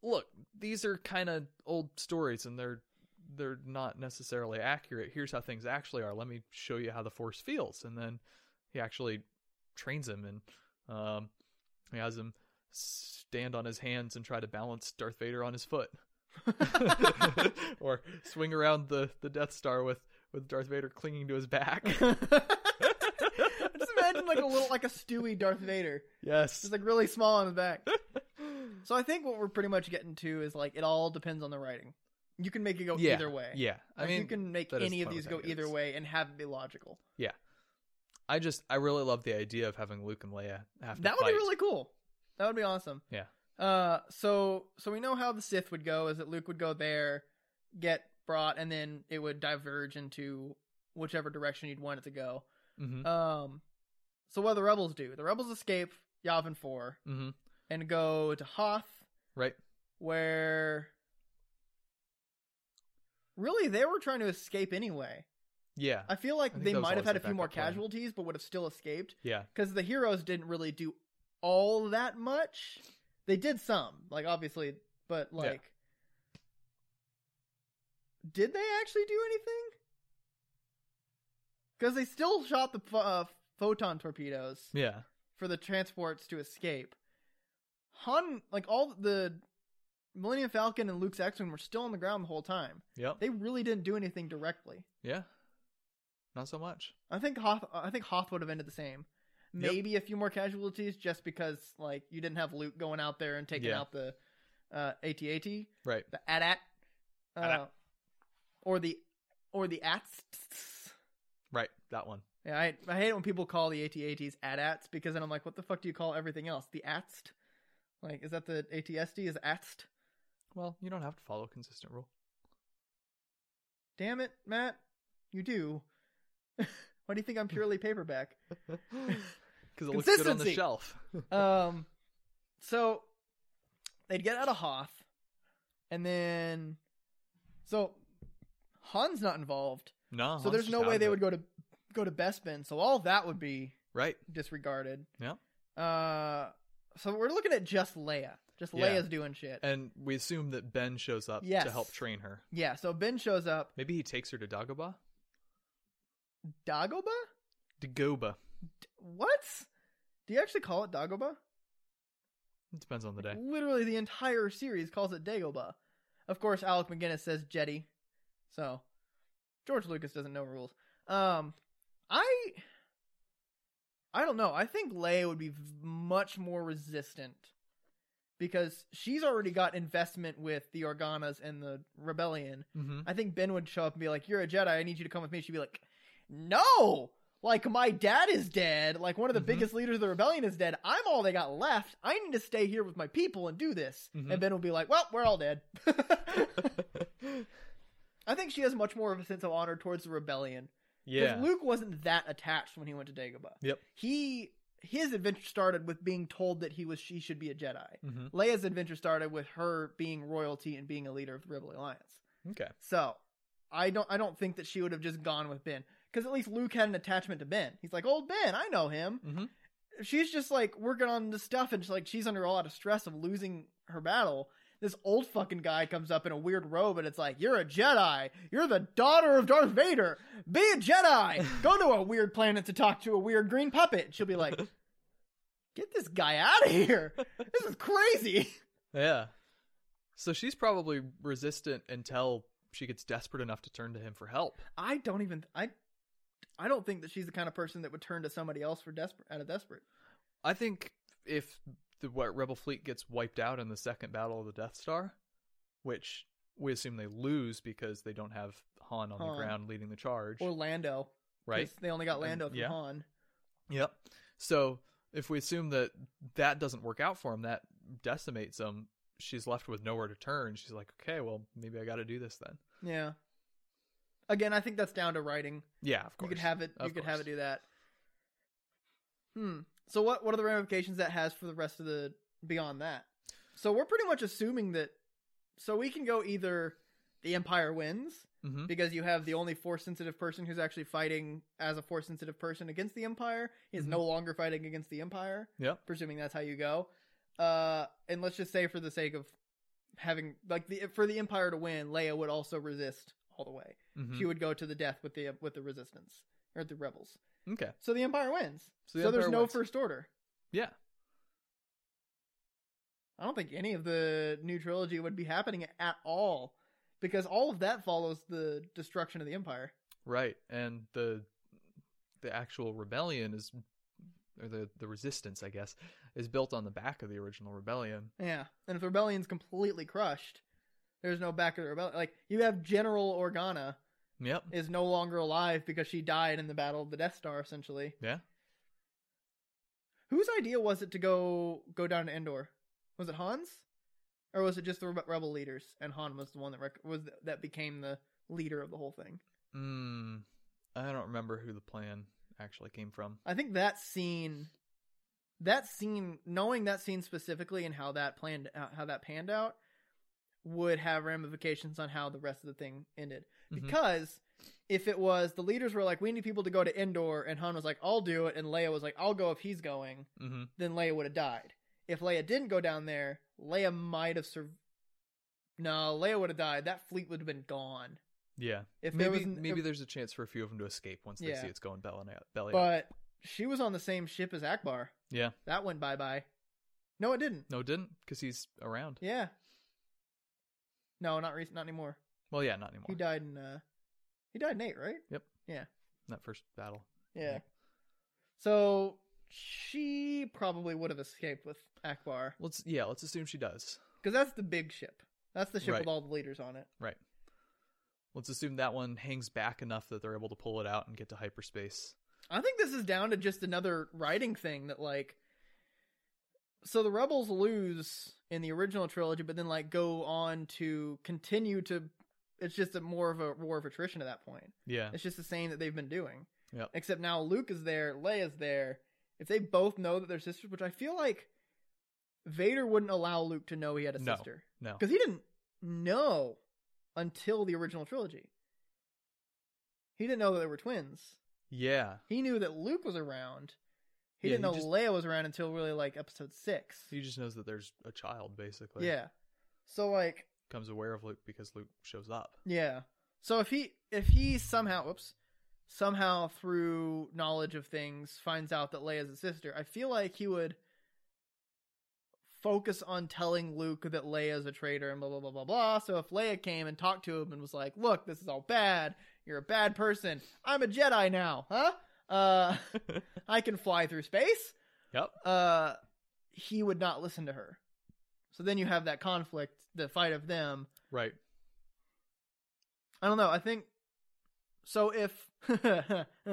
S2: "Look, these are kind of old stories, and they're they're not necessarily accurate. Here's how things actually are. Let me show you how the Force feels." And then he actually trains him and um, he has him stand on his hands and try to balance Darth Vader on his foot, or swing around the the Death Star with with Darth Vader clinging to his back.
S1: Just imagine like a little like a stewy Darth Vader,
S2: yes.
S1: just like really small on the back. So I think what we're pretty much getting to is like it all depends on the writing. You can make it go
S2: yeah.
S1: either way.
S2: Yeah. I
S1: Like,
S2: mean,
S1: you can make
S2: that is
S1: any of
S2: fun
S1: these
S2: with
S1: go
S2: that,
S1: either
S2: yes.
S1: way and have it be logical.
S2: I just I really love the idea of having Luke and Leia have to
S1: That would
S2: fight.
S1: be really cool. That would be awesome.
S2: Yeah.
S1: Uh, so so we know how the Sith would go is that Luke would go there, get brought, and then it would diverge into whichever direction you'd want it to go.
S2: hmm
S1: Um, so what do the rebels do? The rebels escape Yavin Four
S2: hmm
S1: and go to Hoth,
S2: Right.
S1: where really they were trying to escape anyway.
S2: Yeah.
S1: I feel
S2: I
S1: like
S2: think
S1: they
S2: that was
S1: might have
S2: always
S1: had a
S2: the
S1: few more
S2: backup plan.
S1: casualties, but would have still escaped
S2: yeah.
S1: because the heroes didn't really do all that much. They did some, like obviously, but like, did they actually do anything? Because they still shot the pho- uh, photon torpedoes
S2: Yeah.
S1: for the transports to escape. Han, like all the Millennium Falcon and Luke's X-wing were still on the ground the whole time.
S2: Yep.
S1: They really didn't do anything directly.
S2: yeah. Not so much.
S1: I think Hoth. I think Hoth would have ended the same.
S2: Yep.
S1: Maybe a few more casualties, just because like you didn't have Luke going out there and taking
S2: Yeah.
S1: out the uh, AT-AT, the
S2: Right.
S1: AT-AT, uh,
S2: AT-AT.
S1: or the or the ATs.
S2: Right. That one.
S1: Yeah, I, I hate it when people call the AT-ATs AT-ATs because then I'm like, what the fuck do you call everything else? The ATST? Like, is that the ATSD? Is ATST?
S2: Well, you don't have to follow a consistent rule.
S1: Damn it, Matt, you do. Why do you think I'm purely paperback?
S2: Because it looks good on the
S1: Consistency.
S2: shelf.
S1: um, so they'd get out of Hoth, and then so Han's not involved,
S2: no.
S1: so
S2: Han's
S1: there's
S2: Oh, just
S1: no
S2: out
S1: way
S2: of
S1: they
S2: it.
S1: would go to go to Bespin. So all that would be
S2: Right.
S1: disregarded.
S2: Yeah.
S1: Uh, so we're looking at just Leia. Just
S2: Yeah.
S1: Leia's doing shit.
S2: And we assume that Ben shows up
S1: Yes.
S2: to help train her.
S1: yeah. So Ben shows up.
S2: Maybe he takes her to Dagobah.
S1: Dagoba?
S2: Dagobah.
S1: What? Do you actually call it Dagoba?
S2: It depends on the day.
S1: Literally, the entire series calls it Dagobah. Of course, Alec McGinnis says Jetty. So, George Lucas doesn't know rules. Um, I, I don't know. I think Leia would be v- much more resistant because she's already got investment with the Organas and the Rebellion.
S2: Mm-hmm.
S1: I think Ben would show up and be like, "You're a Jedi. I need you to come with me." She'd be like, "No." Like my dad is dead. Like one of the
S2: Mhm.
S1: biggest leaders of the rebellion is dead. I'm all they got left. I need to stay here with my people and do this.
S2: Mhm.
S1: And Ben will be like, "Well, we're all dead." I think she has much more of a sense of honor towards the rebellion. 'Cause
S2: yeah.
S1: Luke wasn't that attached when he went to Dagobah.
S2: Yep.
S1: He his adventure started with being told that he was she should be a Jedi.
S2: hmm
S1: Leia's adventure started with her being royalty and being a leader of the Rebel Alliance.
S2: Okay.
S1: So I don't I don't think that she would have just gone with Ben because at least Luke had an attachment to Ben. He's like, old Ben, I know him.
S2: Mm-hmm.
S1: She's just like working on this stuff and she's like she's under a lot of stress of losing her battle. This old fucking guy comes up in a weird robe and it's like, you're a Jedi. You're the daughter of Darth Vader. Be a Jedi. Go to a weird planet to talk to a weird green puppet. She'll be like, get this guy out of here. This is crazy.
S2: Yeah. So she's probably resistant until she gets desperate enough to turn to him for help.
S1: I don't even I I don't think that she's the kind of person that would turn to somebody else for desperate out of desperate.
S2: I think if the what, Rebel fleet gets wiped out in the second battle of the Death Star, which we assume they lose because they don't have Han on
S1: Han.
S2: the ground leading the charge,
S1: Or Lando. 'cause
S2: right?
S1: They only got
S2: And-
S1: Lando from
S2: yeah.
S1: Han.
S2: Yep. So if we assume that that doesn't work out for him, that decimates him. She's left with nowhere to turn. She's like, okay, well, maybe I got to do this then.
S1: Yeah. Again, I think that's down to writing.
S2: Yeah, of
S1: You
S2: course.
S1: could have it.
S2: Of
S1: you could have it
S2: course.
S1: do that. Hmm. So what? What are the ramifications that has for the rest of the beyond that? So we're pretty much assuming that. So we can go either the Empire wins
S2: Mhm.
S1: because you have the only force sensitive person who's actually fighting as a force sensitive person against the Empire. He's no
S2: Mm-hmm.
S1: longer fighting against the Empire.
S2: Yep.
S1: Presuming that's how you go. Uh, and let's just say for the sake of having like the for the Empire to win, Leia would also resist all the way
S2: Mhm.
S1: she would go to the death with the with the resistance or the rebels.
S2: Okay.
S1: So the empire wins. So,
S2: the
S1: there's
S2: Empire
S1: no
S2: wins.
S1: first order.
S2: Yeah.
S1: I don't think any of the new trilogy would be happening at all because all of that follows the destruction of the empire.
S2: Right. And the the actual rebellion is or the the resistance, I guess, is built on the back of the original rebellion.
S1: Yeah. And if the rebellion's completely crushed, there's no back of the rebellion. Like you have General Organa
S2: Yep.
S1: is no longer alive because she died in the battle of the Death Star essentially.
S2: Yeah.
S1: Whose idea was it to go go down to Endor? Was it Han's, or was it just the rebe- rebel leaders? And Han was the one that rec- was that became the leader of the whole thing.
S2: Mm, I don't remember who the plan actually came from.
S1: I think that scene, that scene, knowing that scene specifically and how that planned uh, how that panned out, would have ramifications on how the rest of the thing ended.
S2: Mhm.
S1: Because if it was the leaders were like, "We need people to go to Endor," and Han was like, "I'll do it," and Leia was like, "I'll go if he's going."
S2: Mm-hmm.
S1: then Leia would have died. If Leia didn't go down there, Leia might have survived. No, Leia would have died. That fleet would have been gone.
S2: Yeah.
S1: If there
S2: maybe
S1: was n-
S2: maybe
S1: if-
S2: there's a chance for a few of them to escape once they
S1: Yeah.
S2: see it's going belly up. Belly up.
S1: but she was on the same ship as Akbar.
S2: Yeah.
S1: That went bye bye. No, it didn't.
S2: No, it didn't because he's around.
S1: Yeah. No, not recent, not anymore.
S2: Well, yeah, not anymore.
S1: He died in uh, he died in eight, right?
S2: That first battle.
S1: Yeah. So she probably would have escaped with Akbar
S2: Let's yeah, let's assume she does.
S1: because that's the big ship. That's the ship
S2: Right.
S1: with all the leaders on it.
S2: Let's assume that one hangs back enough that they're able to pull it out and get to hyperspace.
S1: I think this is down to just another writing thing that like so the rebels lose in the original trilogy but then like go on to continue to it's just a more of a war of attrition at that point.
S2: Yeah.
S1: It's just the same that they've been doing.
S2: Yep.
S1: Except now Luke is there, Leia's there. If they both know that they're sisters, which I feel like Vader wouldn't allow Luke to know he had a
S2: No.
S1: sister
S2: No.
S1: because he didn't know until the original trilogy. He didn't know that they were twins.
S2: Yeah.
S1: He knew that Luke was around. He
S2: Yeah,
S1: didn't know
S2: he just-
S1: Leia was around until really like episode six.
S2: He just knows that there's a child basically.
S1: yeah. So like
S2: Becomes aware of Luke because Luke shows up.
S1: yeah. So if he if he somehow whoops somehow through knowledge of things finds out that Leia's a sister, I feel like he would focus on telling Luke that Leia's a traitor and blah blah blah blah blah. So if Leia came and talked to him and was like, "Look, this is all bad. You're a bad person. I'm a Jedi now, huh? Uh, I can fly through space."
S2: Yep.
S1: uh he would not listen to her. So then you have that conflict, the fight of them.
S2: Right.
S1: I don't know, I think so if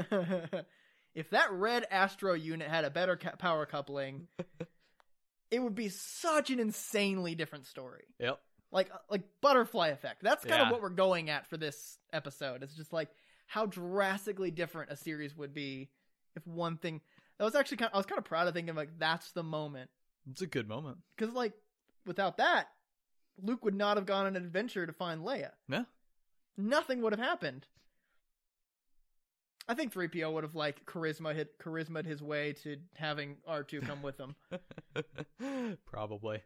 S1: if that red astro unit had a better ca- power coupling, it would be such an insanely different story.
S2: Yep.
S1: Like uh, like butterfly effect. That's kind of
S2: Yeah.
S1: what we're going at for this episode. It's just like how drastically different a series would be if one thing I was actually kind I was kind of proud of thinking like that's the moment
S2: It's a good moment.
S1: Because like without that, Luke would not have gone on an adventure to find Leia.
S2: No.
S1: Nothing would have happened. I think 3PO would have like charisma hit charisma his way to having R2 come with him.
S2: Probably.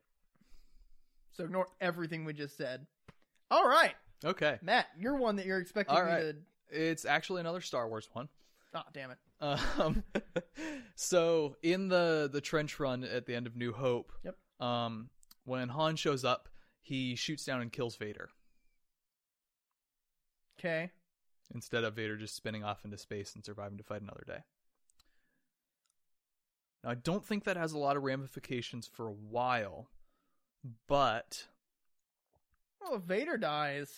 S1: So ignore everything we just said. All right,
S2: Okay.
S1: Matt, you're one that you're expecting
S2: All
S1: me
S2: right.
S1: to
S2: It's actually another Star Wars one.
S1: Ah, damn it.
S2: Um, so in the the trench run at the end of New Hope,
S1: Yep.
S2: um, when Han shows up, he shoots down and kills Vader
S1: Okay.
S2: instead of Vader just spinning off into space and surviving to fight another day. Now I don't think that has a lot of ramifications for a while, but
S1: Well, if Vader dies,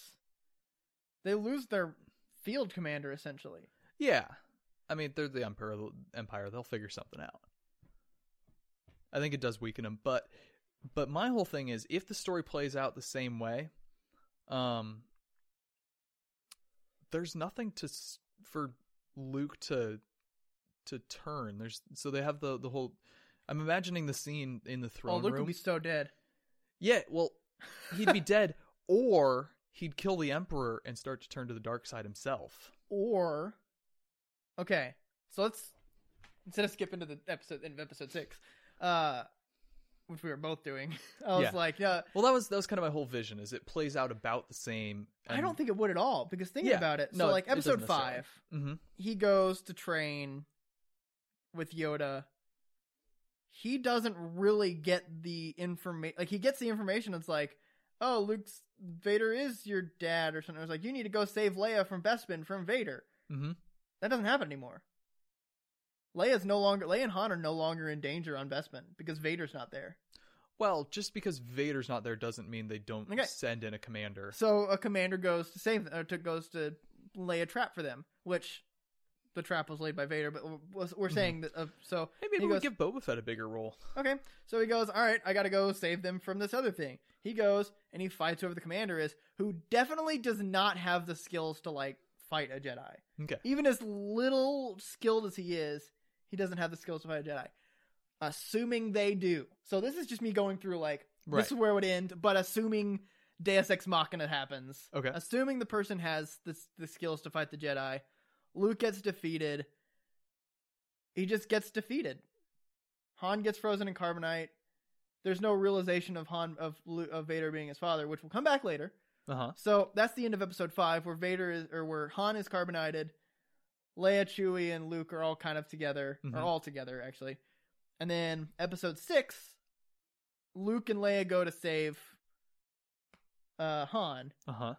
S1: they lose their field commander essentially.
S2: yeah, I mean they're the Empire. Empire, they'll figure something out. I think it does weaken him, but but my whole thing is if the story plays out the same way, um, there's nothing to s- for Luke to to turn. There's so they have the the whole. I'm imagining the scene in the
S1: Oh,
S2: throne
S1: Luke
S2: room.
S1: would be so dead.
S2: Yeah, well, he'd be dead, or he'd kill the emperor and start to turn to the dark side himself.
S1: Or, okay, so let's instead of skipping to the episode end of episode six, uh, which we were both doing. I was
S2: Yeah.
S1: like, uh, yeah,
S2: Well, that was that was kind of my whole vision. Is it plays out about the same?
S1: I don't think it would at all because thinking
S2: Yeah,
S1: about it, so
S2: no, it-
S1: like
S2: it doesn't
S1: episode
S2: necessarily.
S1: five,
S2: hmm
S1: he goes to train with Yoda. He doesn't really get the information. Like he gets the information. It's like, oh, Luke's Vader is your dad or something. It's like you need to go save Leia from Bespin from Vader.
S2: hmm
S1: That doesn't happen anymore. Leia's no longer Leia and Han are no longer in danger on Bespin because Vader's not there.
S2: Well, just because Vader's not there doesn't mean they don't
S1: Okay.
S2: send in a commander.
S1: So a commander goes to save them, or to, goes to lay a trap for them, which the trap was laid by Vader. But was, we're saying that. Uh, so
S2: Maybe
S1: he
S2: we would
S1: goes-
S2: give Boba Fett a bigger role.
S1: Okay. So he goes, All right, I gotta go save them from this other thing. He goes and he fights whoever the commander is, who definitely does not have the skills to like fight a Jedi.
S2: Okay.
S1: Even as little skilled as he is, he doesn't have the skills to fight a Jedi. Assuming they do. So this is just me going through like
S2: Right.
S1: this is where it would end, but assuming Deus Ex Machina happens.
S2: Okay.
S1: Assuming the person has the, the skills to fight the Jedi, Luke gets defeated. He just gets defeated. Han gets frozen in carbonite. There's no realization of Han of Lu- of Vader being his father, which will come back later.
S2: Uh huh.
S1: So that's the end of episode five, where Vader is or where Han is carbonated. Leia, Chewie, and Luke are all kind of together,
S2: Mhm.
S1: or all together actually. And then episode six, Luke and Leia go to save uh, Han.
S2: Uh huh.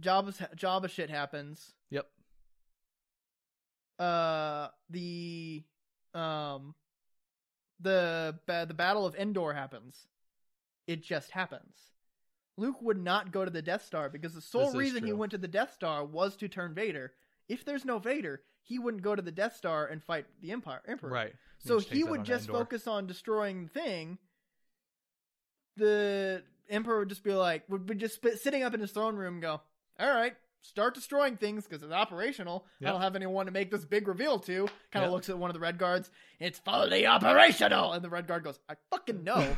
S1: Jabba's Jabba shit happens.
S2: Yep.
S1: Uh, the um, the ba- the Battle of Endor happens. It just happens. Luke would not go to the Death Star because the sole
S2: This is
S1: reason he
S2: true.
S1: went to the Death Star was to turn Vader. If there's no Vader, he wouldn't go to the Death Star and fight the Empire Emperor.
S2: Right.
S1: So
S2: Just
S1: he
S2: takes that
S1: would
S2: on
S1: just
S2: Endor.
S1: focus on destroying the thing. The emperor would just be like, would be just spit, sitting up in his throne room, and go, all right, start destroying things because it's operational. I
S2: Yep.
S1: don't have anyone to make this big reveal to. Kind of
S2: Yep.
S1: looks at one of the red guards. It's fully operational, and the red guard goes, I fucking know.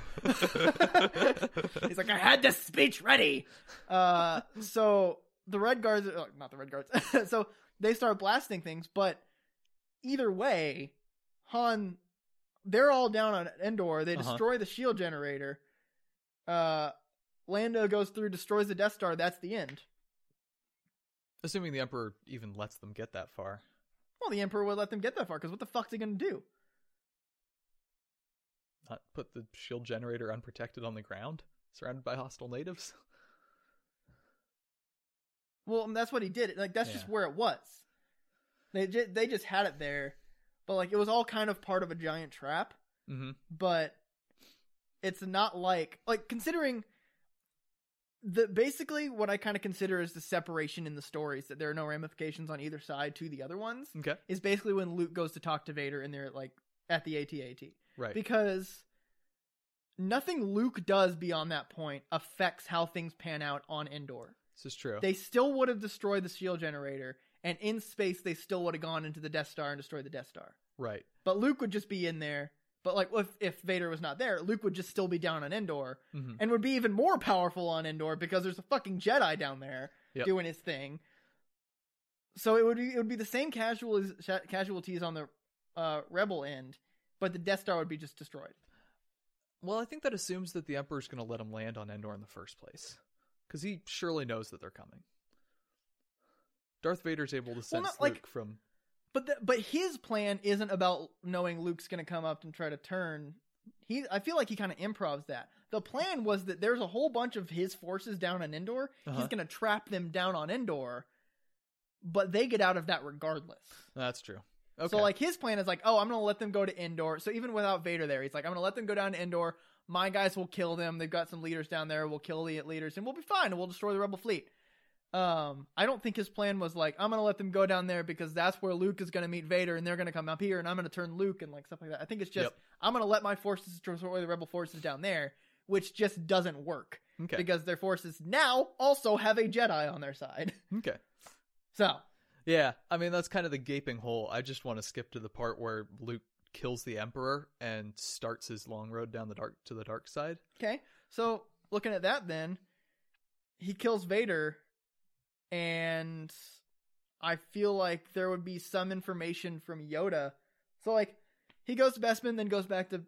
S1: He's like, I had this speech ready. Uh, so the red guards, uh, not the red guards. so they start blasting things, but either way, Han, they're all down on Endor. They
S2: Uh-huh.
S1: destroy the shield generator. Uh, Lando goes through, destroys the Death Star. That's the end.
S2: Assuming the Emperor even lets them get that far.
S1: Well, the Emperor would let them get that far because what the fuck's he gonna do?
S2: Not put the shield generator unprotected on the ground, surrounded by hostile natives.
S1: Well, and that's what he did. Like that's just
S2: Yeah.
S1: where it was. They ju- they just had it there, but like it was all kind of part of a giant trap.
S2: Mm-hmm.
S1: but it's not like like considering the basically what I kind of consider is the separation in the stories that there are no ramifications on either side to the other ones
S2: Okay.
S1: is basically when Luke goes to talk to Vader and they're like at the ATAT
S2: Right.
S1: because nothing Luke does beyond that point affects how things pan out on Endor.
S2: this is true.
S1: They still would have destroyed the shield E generator and in space they still would have gone into the Death Star and destroyed the Death Star.
S2: right.
S1: But Luke would just be in there. But like if if Vader was not there, Luke would just still be down on Endor
S2: Mm-hmm.
S1: and would be even more powerful on Endor because there's a fucking Jedi down there
S2: Yep.
S1: doing his thing. So it would be it would be the same casualties casualties on the uh, Rebel end, but the Death Star would be just destroyed.
S2: Well, I think that assumes that the Emperor's going to let him land on Endor in the first place, because he surely knows that they're coming. Darth Vader's able to sense
S1: not like-
S2: Luke from.
S1: But the, but his plan isn't about knowing Luke's going to come up and try to turn. He I feel like he kind of improvs that. The plan was that there's a whole bunch of his forces down on Endor.
S2: Uh-huh.
S1: He's going to trap them down on Endor, but they get out of that regardless.
S2: That's true. Okay.
S1: So like his plan is like, oh, I'm going to let them go to Endor. So even without Vader there, he's like, I'm going to let them go down to Endor. My guys will kill them. They've got some leaders down there. We'll kill the leaders and we'll be fine. and We'll destroy the rebel fleet. Um, I don't think his plan was like, I'm going to let them go down there because that's where Luke is going to meet Vader and they're going to come up here and I'm going to turn Luke and like stuff like that. I think it's just
S2: Yep.
S1: I'm going to let my forces destroy the rebel forces down there, which just doesn't work
S2: okay.
S1: because their forces now also have a Jedi on their side.
S2: okay.
S1: So
S2: Yeah, I mean that's kind of the gaping hole. I just want to skip to the part where Luke kills the Emperor and starts his long road down the dark to the dark side.
S1: okay, so looking at that, then he kills Vader, and I feel like there would be some information from Yoda. So like he goes to Bespin, then goes back to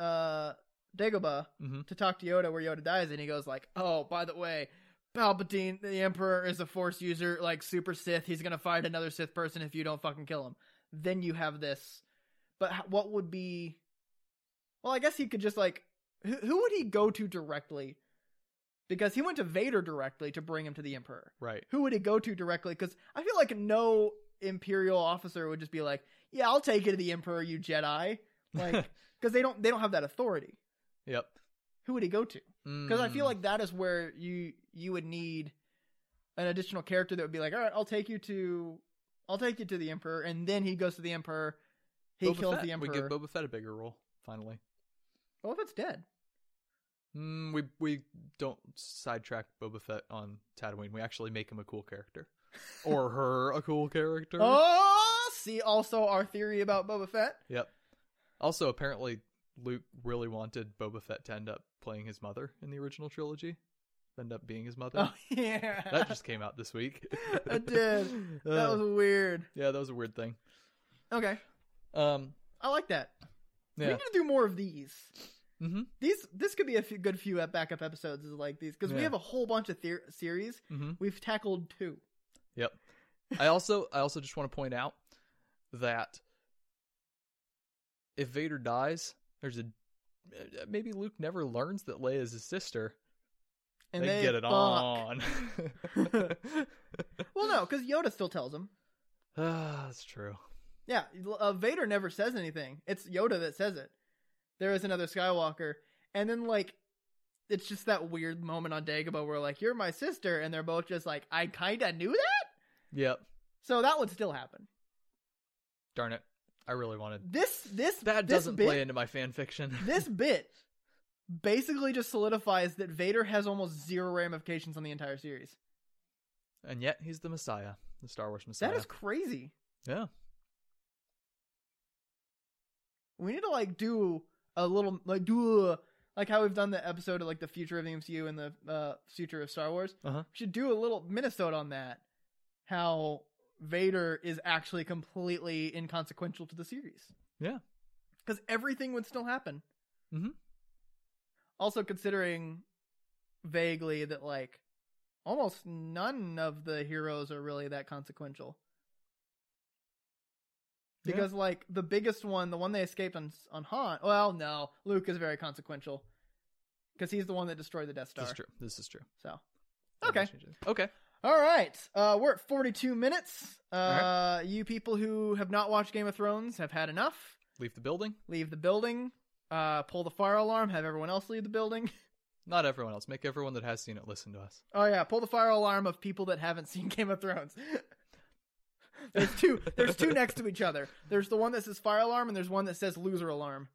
S1: uh Dagobah
S2: Mhm.
S1: to talk to Yoda, where Yoda dies, and he goes like, "Oh, by the way." Palpatine, the Emperor, is a Force user, like Super Sith. He's gonna find another Sith person if you don't fucking kill him. Then you have this. But h- what would be? Well, I guess he could just like who, who would he go to directly? Because he went to Vader directly to bring him to the Emperor.
S2: Right.
S1: Who would he go to directly? Because I feel like no Imperial officer would just be like, "Yeah, I'll take you to the Emperor, you Jedi," like because they don't they don't have that authority.
S2: Yep. Mm.
S1: Who would he go to? Because I
S2: Hmm.
S1: feel like that is where you you would need an additional character that would be like, "All right, I'll take you to I'll take you to the Emperor," and then he goes to the Emperor. He
S2: Boba
S1: kills
S2: Fett.
S1: the Emperor.
S2: We give Boba Fett a bigger role finally.
S1: Boba Fett's dead.
S2: Mm, we we don't sidetrack Boba Fett on Tatooine. We actually make him a cool character, or her a cool character.
S1: Oh, see, also our theory about Boba Fett.
S2: Yep. Also, apparently, Luke really wanted Boba Fett to end up playing his mother in the original trilogy, end up being his mother.
S1: Oh yeah,
S2: That just came out this week.
S1: It did. that
S2: Uh,
S1: was weird.
S2: yeah, that was a weird thing.
S1: Okay,
S2: Um,
S1: I like that. We
S2: yeah.
S1: need to do more of these.
S2: Mhm.
S1: These this could be a few, good few ep- backup episodes is like these because we
S2: Yeah.
S1: have a whole bunch of theor series.
S2: Mm-hmm.
S1: We've tackled two.
S2: I also I also just want to point out that if Vader dies, there's a uh, maybe Luke never learns that Leia is his sister.
S1: And
S2: they, get it
S1: fuck.
S2: on.
S1: Well, no, because Yoda still tells him.
S2: Ah, that's true.
S1: Yeah, uh, Vader never says anything. It's Yoda that says it. There is another Skywalker, and then like, it's just that weird moment on Dagobah where like, "You're my sister," and they're both just like, "I kinda knew that."
S2: Yep.
S1: So that would still happen.
S2: Darn it. I really wanted
S1: This this
S2: that
S1: this
S2: doesn't
S1: bit,
S2: play into my fan fiction.
S1: this bit basically just solidifies that Vader has almost zero ramifications on the entire series.
S2: and yet he's the Messiah, the Star Wars Messiah.
S1: That is crazy.
S2: Yeah.
S1: We need to like do a little like do a, like how we've done the episode of like the future of the MCU and the uh, future of Star Wars.
S2: Uh-huh.
S1: We should do a little Minnesota on that. How Vader is actually completely inconsequential to the series.
S2: Yeah.
S1: because everything would still happen.
S2: Mhm.
S1: Also considering vaguely that like almost none of the heroes are really that consequential.
S2: Yeah.
S1: Because like the biggest one, the one they escaped on on Han. Well, no, Luke is very consequential because he's the one that destroyed the Death Star.
S2: This is true. This is true.
S1: So,
S2: I
S1: okay.
S2: didn't change it. Okay.
S1: All right, uh, we're at forty-two minutes. Uh,
S2: right.
S1: You people who have not watched Game of Thrones have had enough.
S2: Leave the building.
S1: Leave the building. Uh, pull the fire alarm. Have everyone else leave the building.
S2: Not everyone else. Make everyone that has seen it listen to us.
S1: Oh yeah, pull the fire alarm of people that haven't seen Game of Thrones. there's two. There's two next to each other. There's the one that says fire alarm, and there's one that says loser alarm.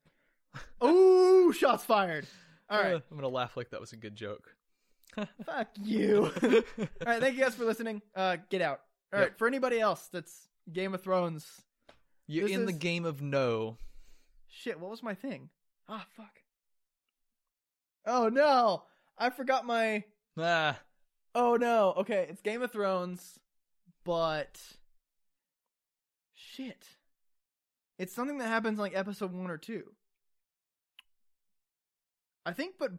S1: Ooh, shots fired! All
S2: Uh,
S1: right,
S2: I'm gonna laugh like that was a good joke.
S1: fuck you. All right, thank you guys for listening. Uh, get out. All right,
S2: Yep.
S1: for anybody else that's Game of Thrones.
S2: You're
S1: This
S2: in the
S1: is-
S2: game of no.
S1: Shit, what was my thing? Ah, fuck. Oh no, I forgot my.
S2: Ah,
S1: Oh no. Okay, it's Game of Thrones, but shit. It's something that happens in, like episode 1 or 2. I think but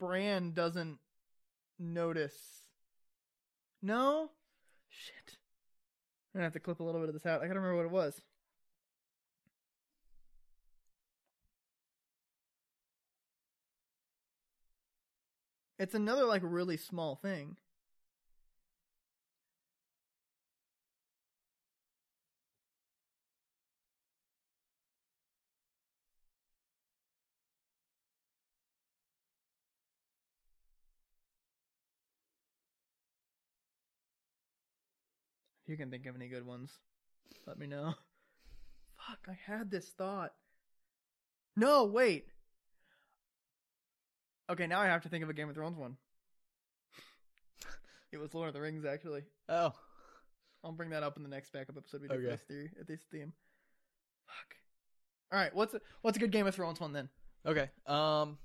S1: Bran doesn't notice. No? Shit. I'm going to have to clip a little bit of this out. I got to remember what it was. It's another like really small thing. If you can think of any good ones, let me know. Fuck, I had this thought. No, wait. Okay, now I have to think of a Game of Thrones one. it was Lord of the Rings, actually.
S2: oh.
S1: I'll bring that up in the next backup episode we do
S2: Okay.
S1: for this theory at this theme. Fuck. All right, what's a, what's a good Game of Thrones one then?
S2: Okay. Um.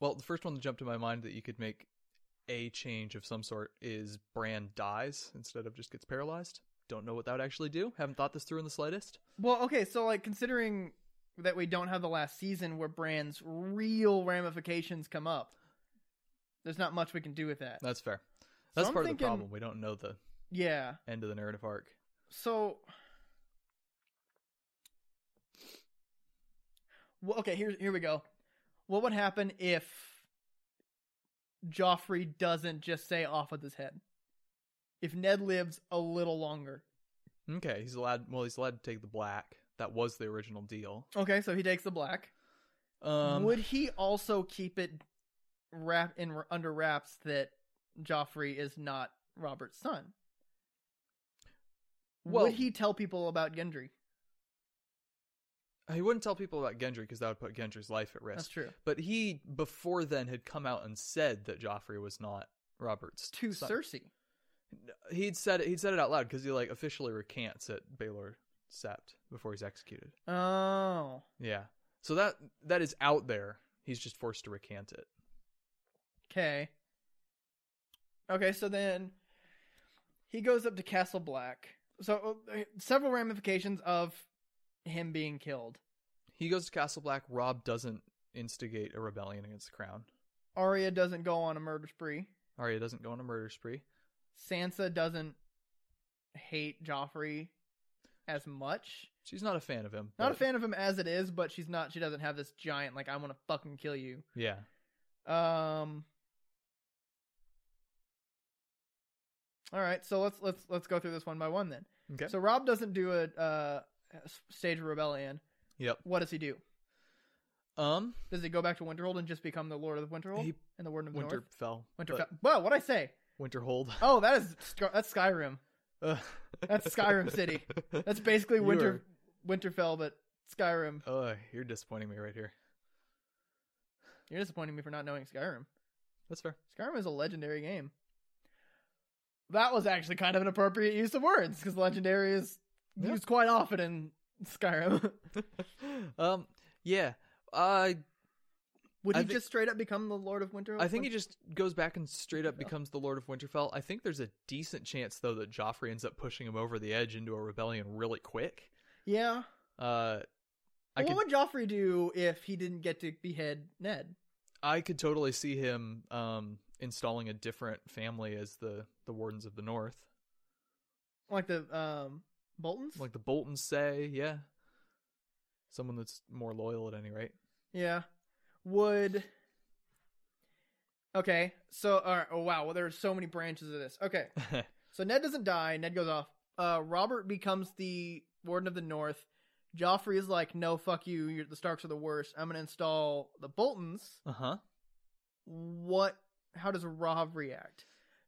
S2: Well, the first one that jumped to my mind that you could make a change of some sort is Bran dies instead of just gets paralyzed. Don't know what that would actually do. Haven't thought this through in the slightest.
S1: Well, okay, so like considering that we don't have the last season where Bran's real ramifications come up, there's not much we can do with that.
S2: That's fair.
S1: So
S2: That's
S1: I'm
S2: part of the
S1: thinking-
S2: problem. We don't know the
S1: Yeah.
S2: end of the narrative arc.
S1: So, well, okay, here here we go. What would happen if Joffrey doesn't just say off with his head? If Ned lives a little longer,
S2: Okay, he's allowed. Well, he's allowed to take the black. That was the original deal.
S1: okay, so he takes the black.
S2: Um,
S1: Would he also keep it wrap in under wraps that Joffrey is not Robert's son?
S2: Well-
S1: Would he tell people about Gendry?
S2: he wouldn't tell people about Gendry because that would put Gendry's life at risk.
S1: That's true.
S2: But he before then had come out and said that Joffrey was not Robert's
S1: To
S2: son.
S1: Cersei.
S2: He'd said it. He'd said it out loud because he like officially recants at Baylor Sept before he's executed.
S1: Oh.
S2: Yeah. So that that is out there. He's just forced to recant it.
S1: Okay. Okay, so then he goes up to Castle Black. So uh, several ramifications of him being killed.
S2: He goes to Castle Black. Rob doesn't instigate a rebellion against the crown.
S1: Arya doesn't go on a murder spree.
S2: Arya doesn't go on a murder spree.
S1: Sansa doesn't hate Joffrey as much.
S2: She's not a fan of him.
S1: Not a
S2: but-
S1: fan of him as it is, but she's not. She doesn't have this giant like I want to fucking kill you.
S2: Yeah.
S1: Um. All right, so let's let's let's go through this one by one then.
S2: Okay.
S1: So Rob doesn't do a uh, stage of rebellion.
S2: yep.
S1: What does he do?
S2: Um.
S1: Does he go back to Winterhold and just become the Lord of Winterhold
S2: He-
S1: and the Warden of the
S2: Winter
S1: North?
S2: fell.
S1: Winterfell. Whoa, what I say?
S2: Winterhold.
S1: Oh, that is Sky- that's Skyrim. That's Skyrim City. That's basically
S2: You
S1: Winter Winterfell, but Skyrim.
S2: Oh, you're disappointing me right here.
S1: You're disappointing me for not knowing Skyrim.
S2: That's fair.
S1: Skyrim is a legendary game. That was actually kind of an appropriate use of words because legendary is
S2: Yeah.
S1: used quite often in Skyrim.
S2: um. Yeah. I
S1: Would
S2: I
S1: he
S2: thi-
S1: just straight up become the Lord of Winterfell?
S2: I think he just goes back and straight up
S1: Winterfell.
S2: becomes the Lord of Winterfell. I think there's a decent chance though that Joffrey ends up pushing him over the edge into a rebellion really quick.
S1: yeah.
S2: Uh, I
S1: what
S2: could
S1: would Joffrey do if he didn't get to behead Ned?
S2: I could totally see him um installing a different family as the the wardens of the North,
S1: Like the um Boltons?
S2: like the Boltons say. Yeah, someone that's more loyal at any rate.
S1: yeah. Would Okay. So all right, oh wow, well there are so many branches of this. Okay. So Ned doesn't die. Ned goes off. Uh, Robert becomes the Warden of the North. Joffrey is like, no, fuck you. You're, the Starks are the worst. I'm gonna install the Boltons.
S2: uh huh.
S1: What? How does Rob react?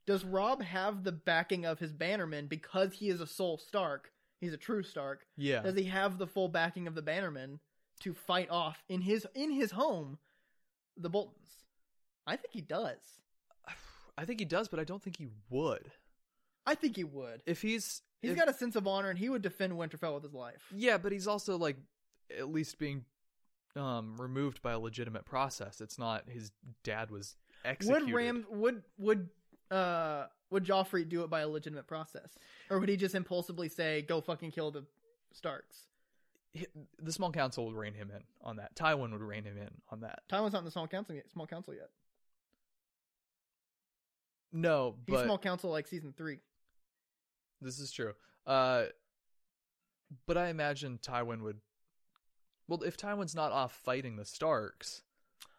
S1: Does Rob have the backing of his Bannermen because he is a sole Stark? He's a true Stark.
S2: Yeah.
S1: Does he have the full backing of the Bannermen to fight off in his in his home the Boltons? I think he does.
S2: I think he does, but I don't think he would.
S1: I think he would.
S2: If he's
S1: He's
S2: if-
S1: got a sense of honor, and he would defend Winterfell with his life.
S2: yeah, but he's also like at least being um removed by a legitimate process. It's not his dad was executed.
S1: Would Ram would would uh would Joffrey do it by a legitimate process, or would he just impulsively say, "Go fucking kill the Starks"?
S2: Hi- the small council would rein him in on that. Tywin would rein him in on that.
S1: Tywin's not in the small council yet. Small council yet.
S2: No,
S1: He's
S2: but
S1: small council like season three.
S2: this is true. Uh but I imagine Tywin would well, if Tywin's not off fighting the Starks,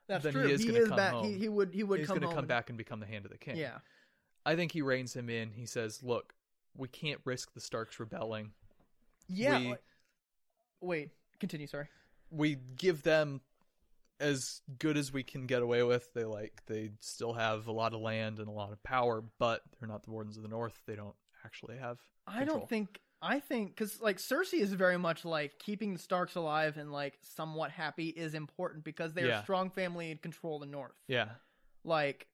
S1: That's
S2: Then he
S1: true.
S2: is gonna come
S1: back. He
S2: home.
S1: he would he would
S2: he's
S1: come
S2: going to
S1: home.
S2: come back and become the hand of the king.
S1: Yeah.
S2: I think he reins him in. He says, "Look, we can't risk the Starks rebelling.
S1: Yeah.
S2: We-
S1: like- wait. Continue. Sorry.
S2: we give them as good as we can get away with. They like they still have a lot of land and a lot of power, but they're not the wardens of the north. They don't actually have.
S1: I don't
S2: Control.
S1: think. I think because like Cersei is very much like keeping the Starks alive and like somewhat happy is important because they are
S2: Yeah.
S1: a strong family and control the North.
S2: Yeah,
S1: Like,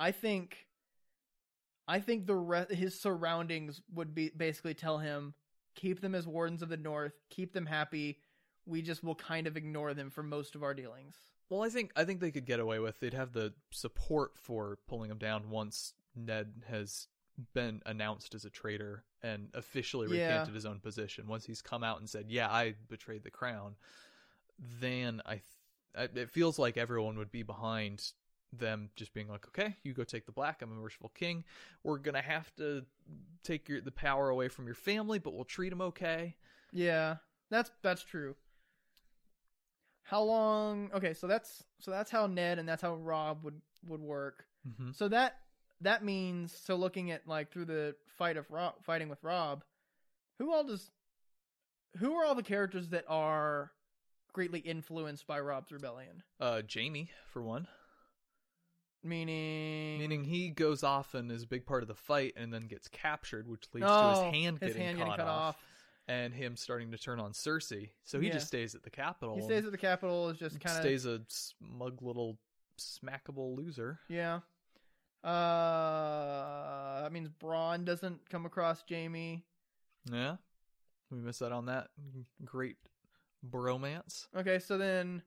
S1: I think I think the re- his surroundings would be basically tell him keep them as wardens of the north, keep them happy. We just will kind of ignore them for most of our dealings.
S2: Well, I think I think they could get away with. They'd have the support for pulling him down once Ned has been announced as a traitor and officially
S1: Yeah.
S2: recanted his own position. Once he's come out and said, "Yeah, I betrayed the crown," then I, th- I- it feels like everyone would be behind them just being like, "Okay, you go take the black. I'm a merciful king. We're gonna have to take your the power away from your family, but we'll treat them okay."
S1: Yeah, that's that's true. How long? Okay, so that's so that's how Ned and that's how Rob would would work.
S2: Mm-hmm.
S1: So that that means so looking at like through the fight of Rob fighting with Rob, who all does who are all the characters that are greatly influenced by Rob's rebellion?
S2: Uh, Jamie, for one.
S1: Meaning
S2: Meaning he goes off and is a big part of the fight and then gets captured, which leads to
S1: Oh,
S2: his hand, getting,
S1: hand
S2: caught
S1: getting cut
S2: off,
S1: off.
S2: and him starting to turn on Cersei. So he
S1: Yeah.
S2: just stays at the capital.
S1: He stays at the capital is just
S2: and
S1: kind of
S2: stays a smug little smackable loser.
S1: yeah. Uh, that means Braun doesn't come across Jamie.
S2: Yeah. We miss out on that great bromance.
S1: Okay, so then,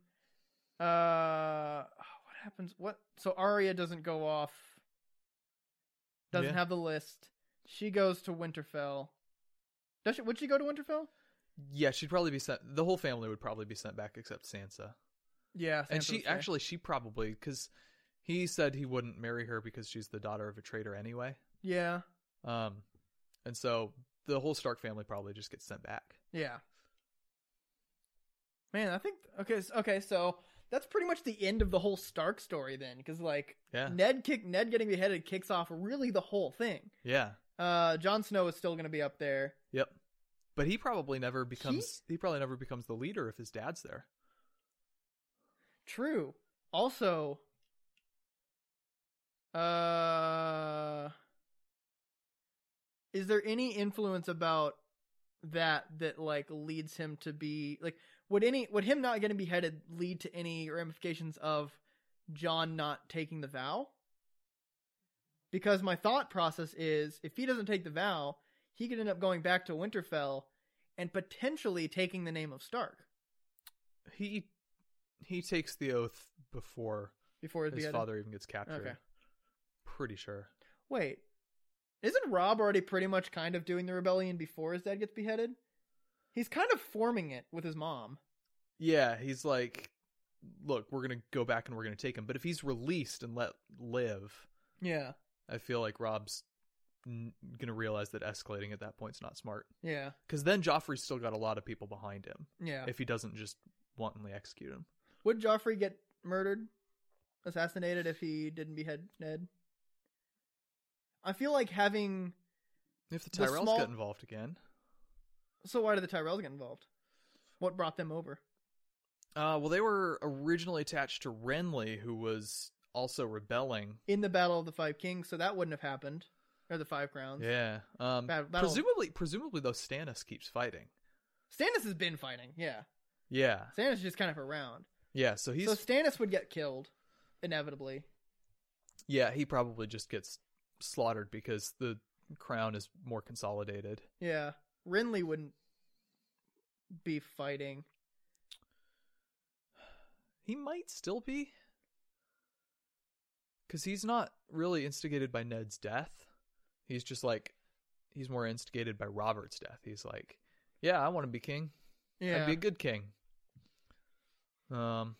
S1: uh, what happens? What? So Arya doesn't go off. Doesn't
S2: Yeah.
S1: have the list. She goes to Winterfell. Does she? Would she go to Winterfell?
S2: Yeah, she'd probably be sent. The whole family would probably be sent back except Sansa.
S1: Yeah,
S2: and
S1: Sansa
S2: she
S1: would stay.
S2: actually she probably because he said he wouldn't marry her because she's the daughter of a traitor anyway.
S1: Yeah,
S2: Um, and so the whole Stark family probably just gets sent back.
S1: yeah. Man, I think okay. s- Okay, so that's pretty much the end of the whole Stark story then, because like
S2: Yeah,
S1: Ned kick Ned getting beheaded kicks off really the whole thing.
S2: yeah,
S1: Uh, Jon Snow is still going to be up there.
S2: yep. But he probably never becomes. He? probably never becomes the leader if his dad's there.
S1: True. Also, uh, is there any influence about that that like leads him to be like would any would him not getting beheaded lead to any ramifications of John not taking the vow? Because my thought process is if he doesn't take the vow, he could end up going back to Winterfell and potentially taking the name of Stark
S2: He he takes the oath before
S1: before
S2: his
S1: beheaded.
S2: father even gets captured.
S1: Okay.
S2: Pretty sure.
S1: Wait, isn't Rob already pretty much kind of doing the rebellion before his dad gets beheaded? He's kind of forming it with his mom.
S2: Yeah, he's like, look, we're gonna go back and we're gonna take him. But if he's released and let live,
S1: Yeah,
S2: I feel like Rob's n- gonna realize that escalating at that point's not smart.
S1: yeah,
S2: Because then Joffrey's still got a lot of people behind him.
S1: yeah.
S2: if he doesn't just wantonly execute him.
S1: Would Joffrey get murdered, assassinated if he didn't behead Ned? I feel like having.
S2: If the
S1: The
S2: Tyrells
S1: small-
S2: get involved again,
S1: So why did the Tyrells get involved? What brought them over?
S2: uh, well, they were originally attached to Renly, who was also rebelling.
S1: In the Battle of the Five Kings, so that wouldn't have happened. Or the Five Crowns.
S2: Yeah, um,
S1: Bat- battle-
S2: presumably, presumably though, Stannis keeps fighting.
S1: Stannis has been fighting, yeah.
S2: Yeah,
S1: Stannis is just kind of around.
S2: yeah. So he's
S1: So Stannis would get killed, inevitably.
S2: yeah, he probably just gets slaughtered because the crown is more consolidated.
S1: Yeah. Renly wouldn't be fighting.
S2: He might still be, because he's not really instigated by Ned's death. He's just like he's more instigated by Robert's death. He's like, yeah, I want to be king.
S1: Yeah.
S2: I'd be a good king. Um.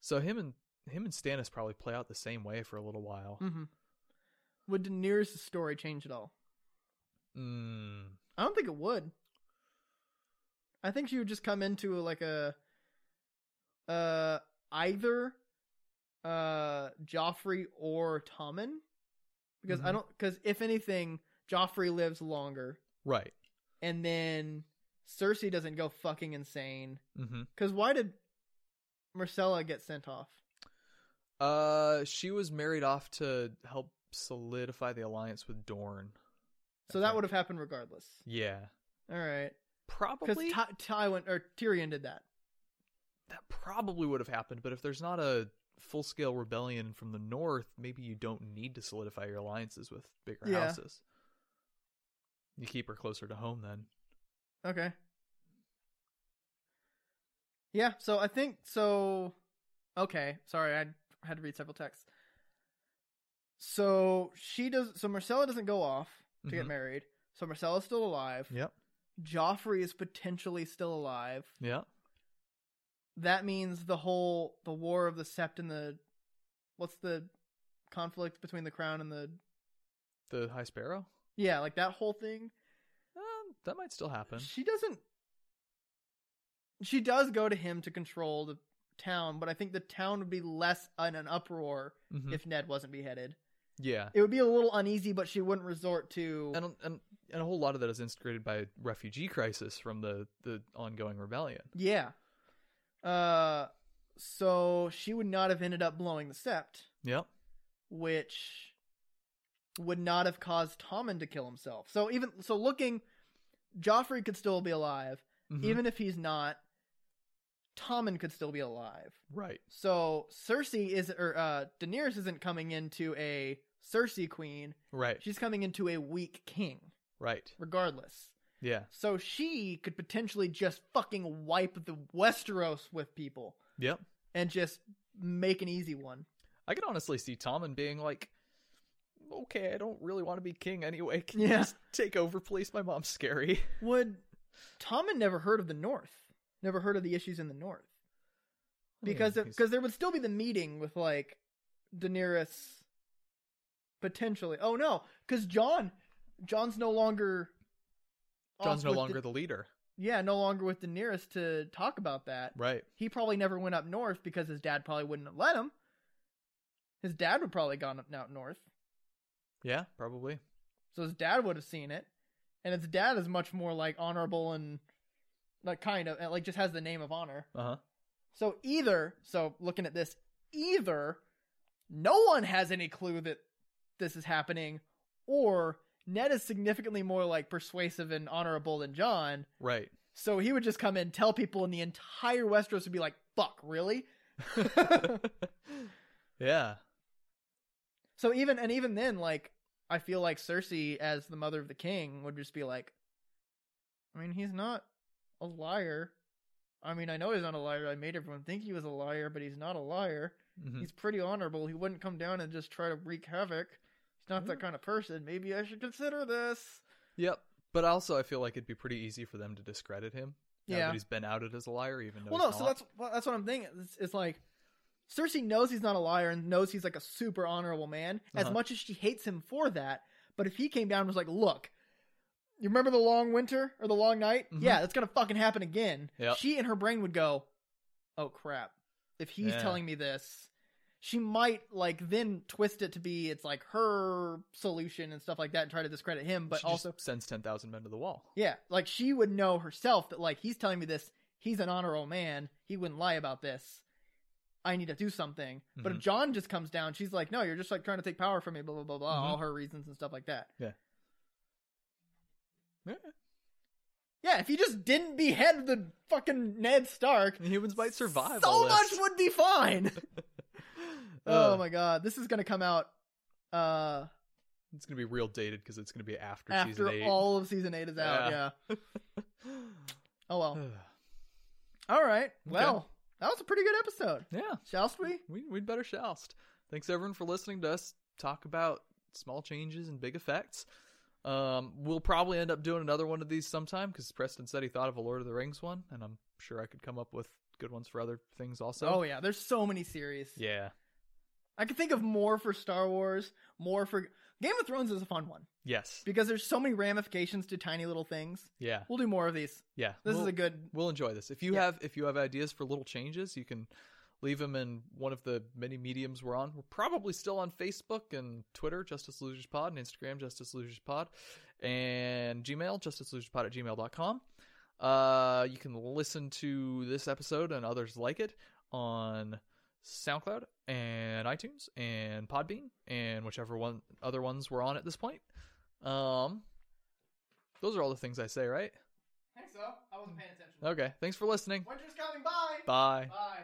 S2: So him and him and Stannis probably play out the same way for a little while.
S1: hmm Would Daenerys' story change at all?
S2: Mm.
S1: I don't think it would. I think she would just come into like a uh either uh Joffrey or Tommen. Because I
S2: Mhm.
S1: don't because if anything, Joffrey lives longer
S2: Right.
S1: and then Cersei doesn't go fucking insane.
S2: Mm-hmm.
S1: Cause why did Marcella get sent off?
S2: Uh, she was married off to help solidify the alliance with Dorne.
S1: So that would have happened regardless.
S2: Yeah.
S1: All right. Because
S2: Probably
S1: Ty- Tywin or Tyrion did that.
S2: that probably would have happened, but if there's not a full scale rebellion from the north, maybe you don't need to solidify your alliances with bigger
S1: Yeah.
S2: houses. You keep her closer to home then.
S1: Okay. Yeah, so I think so okay, sorry, I had to read several texts. So she does so Marcella doesn't go off to get
S2: Mhm.
S1: married. So Marcella's still alive.
S2: Yep.
S1: Joffrey is potentially still alive.
S2: Yeah.
S1: That means the whole the war of the sept and the what's the conflict between the crown and the
S2: The High Sparrow?
S1: yeah, like that whole thing.
S2: Um, that might still happen.
S1: She doesn't. She does go to him to control the town, but I think the town would be less in an uproar
S2: Mhm.
S1: if Ned wasn't beheaded.
S2: yeah.
S1: It would be a little uneasy, but she wouldn't resort to.
S2: And, and and a whole lot of that is instigated by refugee crisis from the, the ongoing rebellion.
S1: Yeah. Uh, so she would not have ended up blowing the sept,
S2: Yep.
S1: which would not have caused Tommen to kill himself. So even so, looking, Joffrey could still be alive,
S2: Mhm.
S1: even if he's not. Tommen could still be alive.
S2: right.
S1: So Cersei is or uh Daenerys isn't coming into a Cersei queen.
S2: Right.
S1: She's coming into a weak king,
S2: Right.
S1: regardless.
S2: Yeah.
S1: So she could potentially just fucking wipe the Westeros with people
S2: Yep.
S1: and just make an easy one.
S2: I could honestly see Tommen being like, "Okay, I don't really want to be king anyway. Can you
S1: Yeah.
S2: just take over, please? My mom's scary."
S1: Would Tommen never heard of the North? Never heard of the issues in the North. Because
S2: Hmm,
S1: because
S2: he's-
S1: there would still be the meeting with like Daenerys potentially. Oh no, cuz John John's no longer off
S2: John's no
S1: with
S2: longer
S1: the-
S2: the leader,
S1: yeah, no longer with Daenerys to talk about that.
S2: right?
S1: He probably never went up north because his dad probably wouldn't have let him. His dad would probably gone up out north,
S2: Yeah, probably.
S1: so his dad would have seen it. And his dad is much more like honorable and like kind of and, like just has the name of honor.
S2: Uh huh.
S1: So either, so looking at this, either no one has any clue that this is happening, or Ned is significantly more like persuasive and honorable than John,
S2: Right.
S1: So he would just come in, tell people, and the entire Westeros would be like, "Fuck, really?"
S2: yeah.
S1: So even and even then, like I feel like Cersei, as the mother of the king, would just be like, "I mean, he's not a liar. I mean, I know he's not a liar. I made everyone think he was a liar, but he's not a liar.
S2: Mhm.
S1: He's pretty honorable. He wouldn't come down and just try to wreak havoc. He's not that
S2: Yeah.
S1: kind of person. Maybe I should consider this."
S2: Yep. But also, I feel like it'd be pretty easy for them to discredit him. now
S1: Yeah.
S2: that he's been outed as a liar, even though.
S1: well, no.
S2: he's
S1: So
S2: not.
S1: that's well, that's what I'm thinking. It's, it's like Cersei knows he's not a liar and knows he's like a super honorable man. As
S2: Uh-huh.
S1: much as she hates him for that, but if he came down and was like, "Look, you remember the long winter or the long night?
S2: Mhm.
S1: Yeah, that's gonna fucking happen again."
S2: Yep.
S1: She in her brain would go, "Oh crap! If he's
S2: Yeah.
S1: telling me this." She might like then twist it to be it's like her solution and stuff like that and try to discredit him, but
S2: She just
S1: also
S2: sends ten thousand men to the wall.
S1: yeah, like she would know herself that like he's telling me this. He's an honorable man. He wouldn't lie about this. I need to do something.
S2: Mm-hmm.
S1: But if John just comes down, she's like, "No, you're just like trying to take power from me." Blah blah blah blah.
S2: Mhm.
S1: All her reasons and stuff like that.
S2: Yeah.
S1: Yeah, if he just didn't behead the fucking Ned Stark,
S2: Humans might survive.
S1: So
S2: all
S1: much
S2: this.
S1: would be fine.
S2: Uh,
S1: oh my god, this is gonna come out uh
S2: It's gonna be real dated because it's gonna be after, season
S1: after
S2: eight.
S1: all of season eight is out. Yeah.
S2: Yeah. Hmm.
S1: Oh well. All right. Well, that was a pretty good episode.
S2: yeah,
S1: Shall we?
S2: we we'd better shoust. Thanks everyone for listening to us talk about small changes and big effects. Um, we'll probably end up doing another one of these sometime because Preston said he thought of a Lord of the Rings one, and I'm sure I could come up with good ones for other things also.
S1: oh yeah, there's so many series.
S2: yeah,
S1: I can think of more for Star Wars, more for Game of Thrones is a fun one
S2: yes,
S1: because there's so many ramifications to tiny little things.
S2: yeah,
S1: We'll do more of these.
S2: yeah.
S1: This is
S2: We'll-
S1: a good.
S2: we'll enjoy this. If you
S1: Yeah.
S2: have if you have ideas for little changes, you can leave them in one of the many mediums we're on. We're probably still on Facebook and Twitter, Justice Losers Pod, and Instagram, Justice Losers Pod, and Gmail, Justice Losers Pod at gmail.com. Uh, you can listen to this episode and others like it on SoundCloud and iTunes and Podbean and whichever one other ones we're on at this point. Um, those are all the things I say, right?
S1: I think so. I wasn't paying attention.
S2: Okay. Thanks for listening.
S1: Winter's coming by.
S2: Bye.
S1: Bye.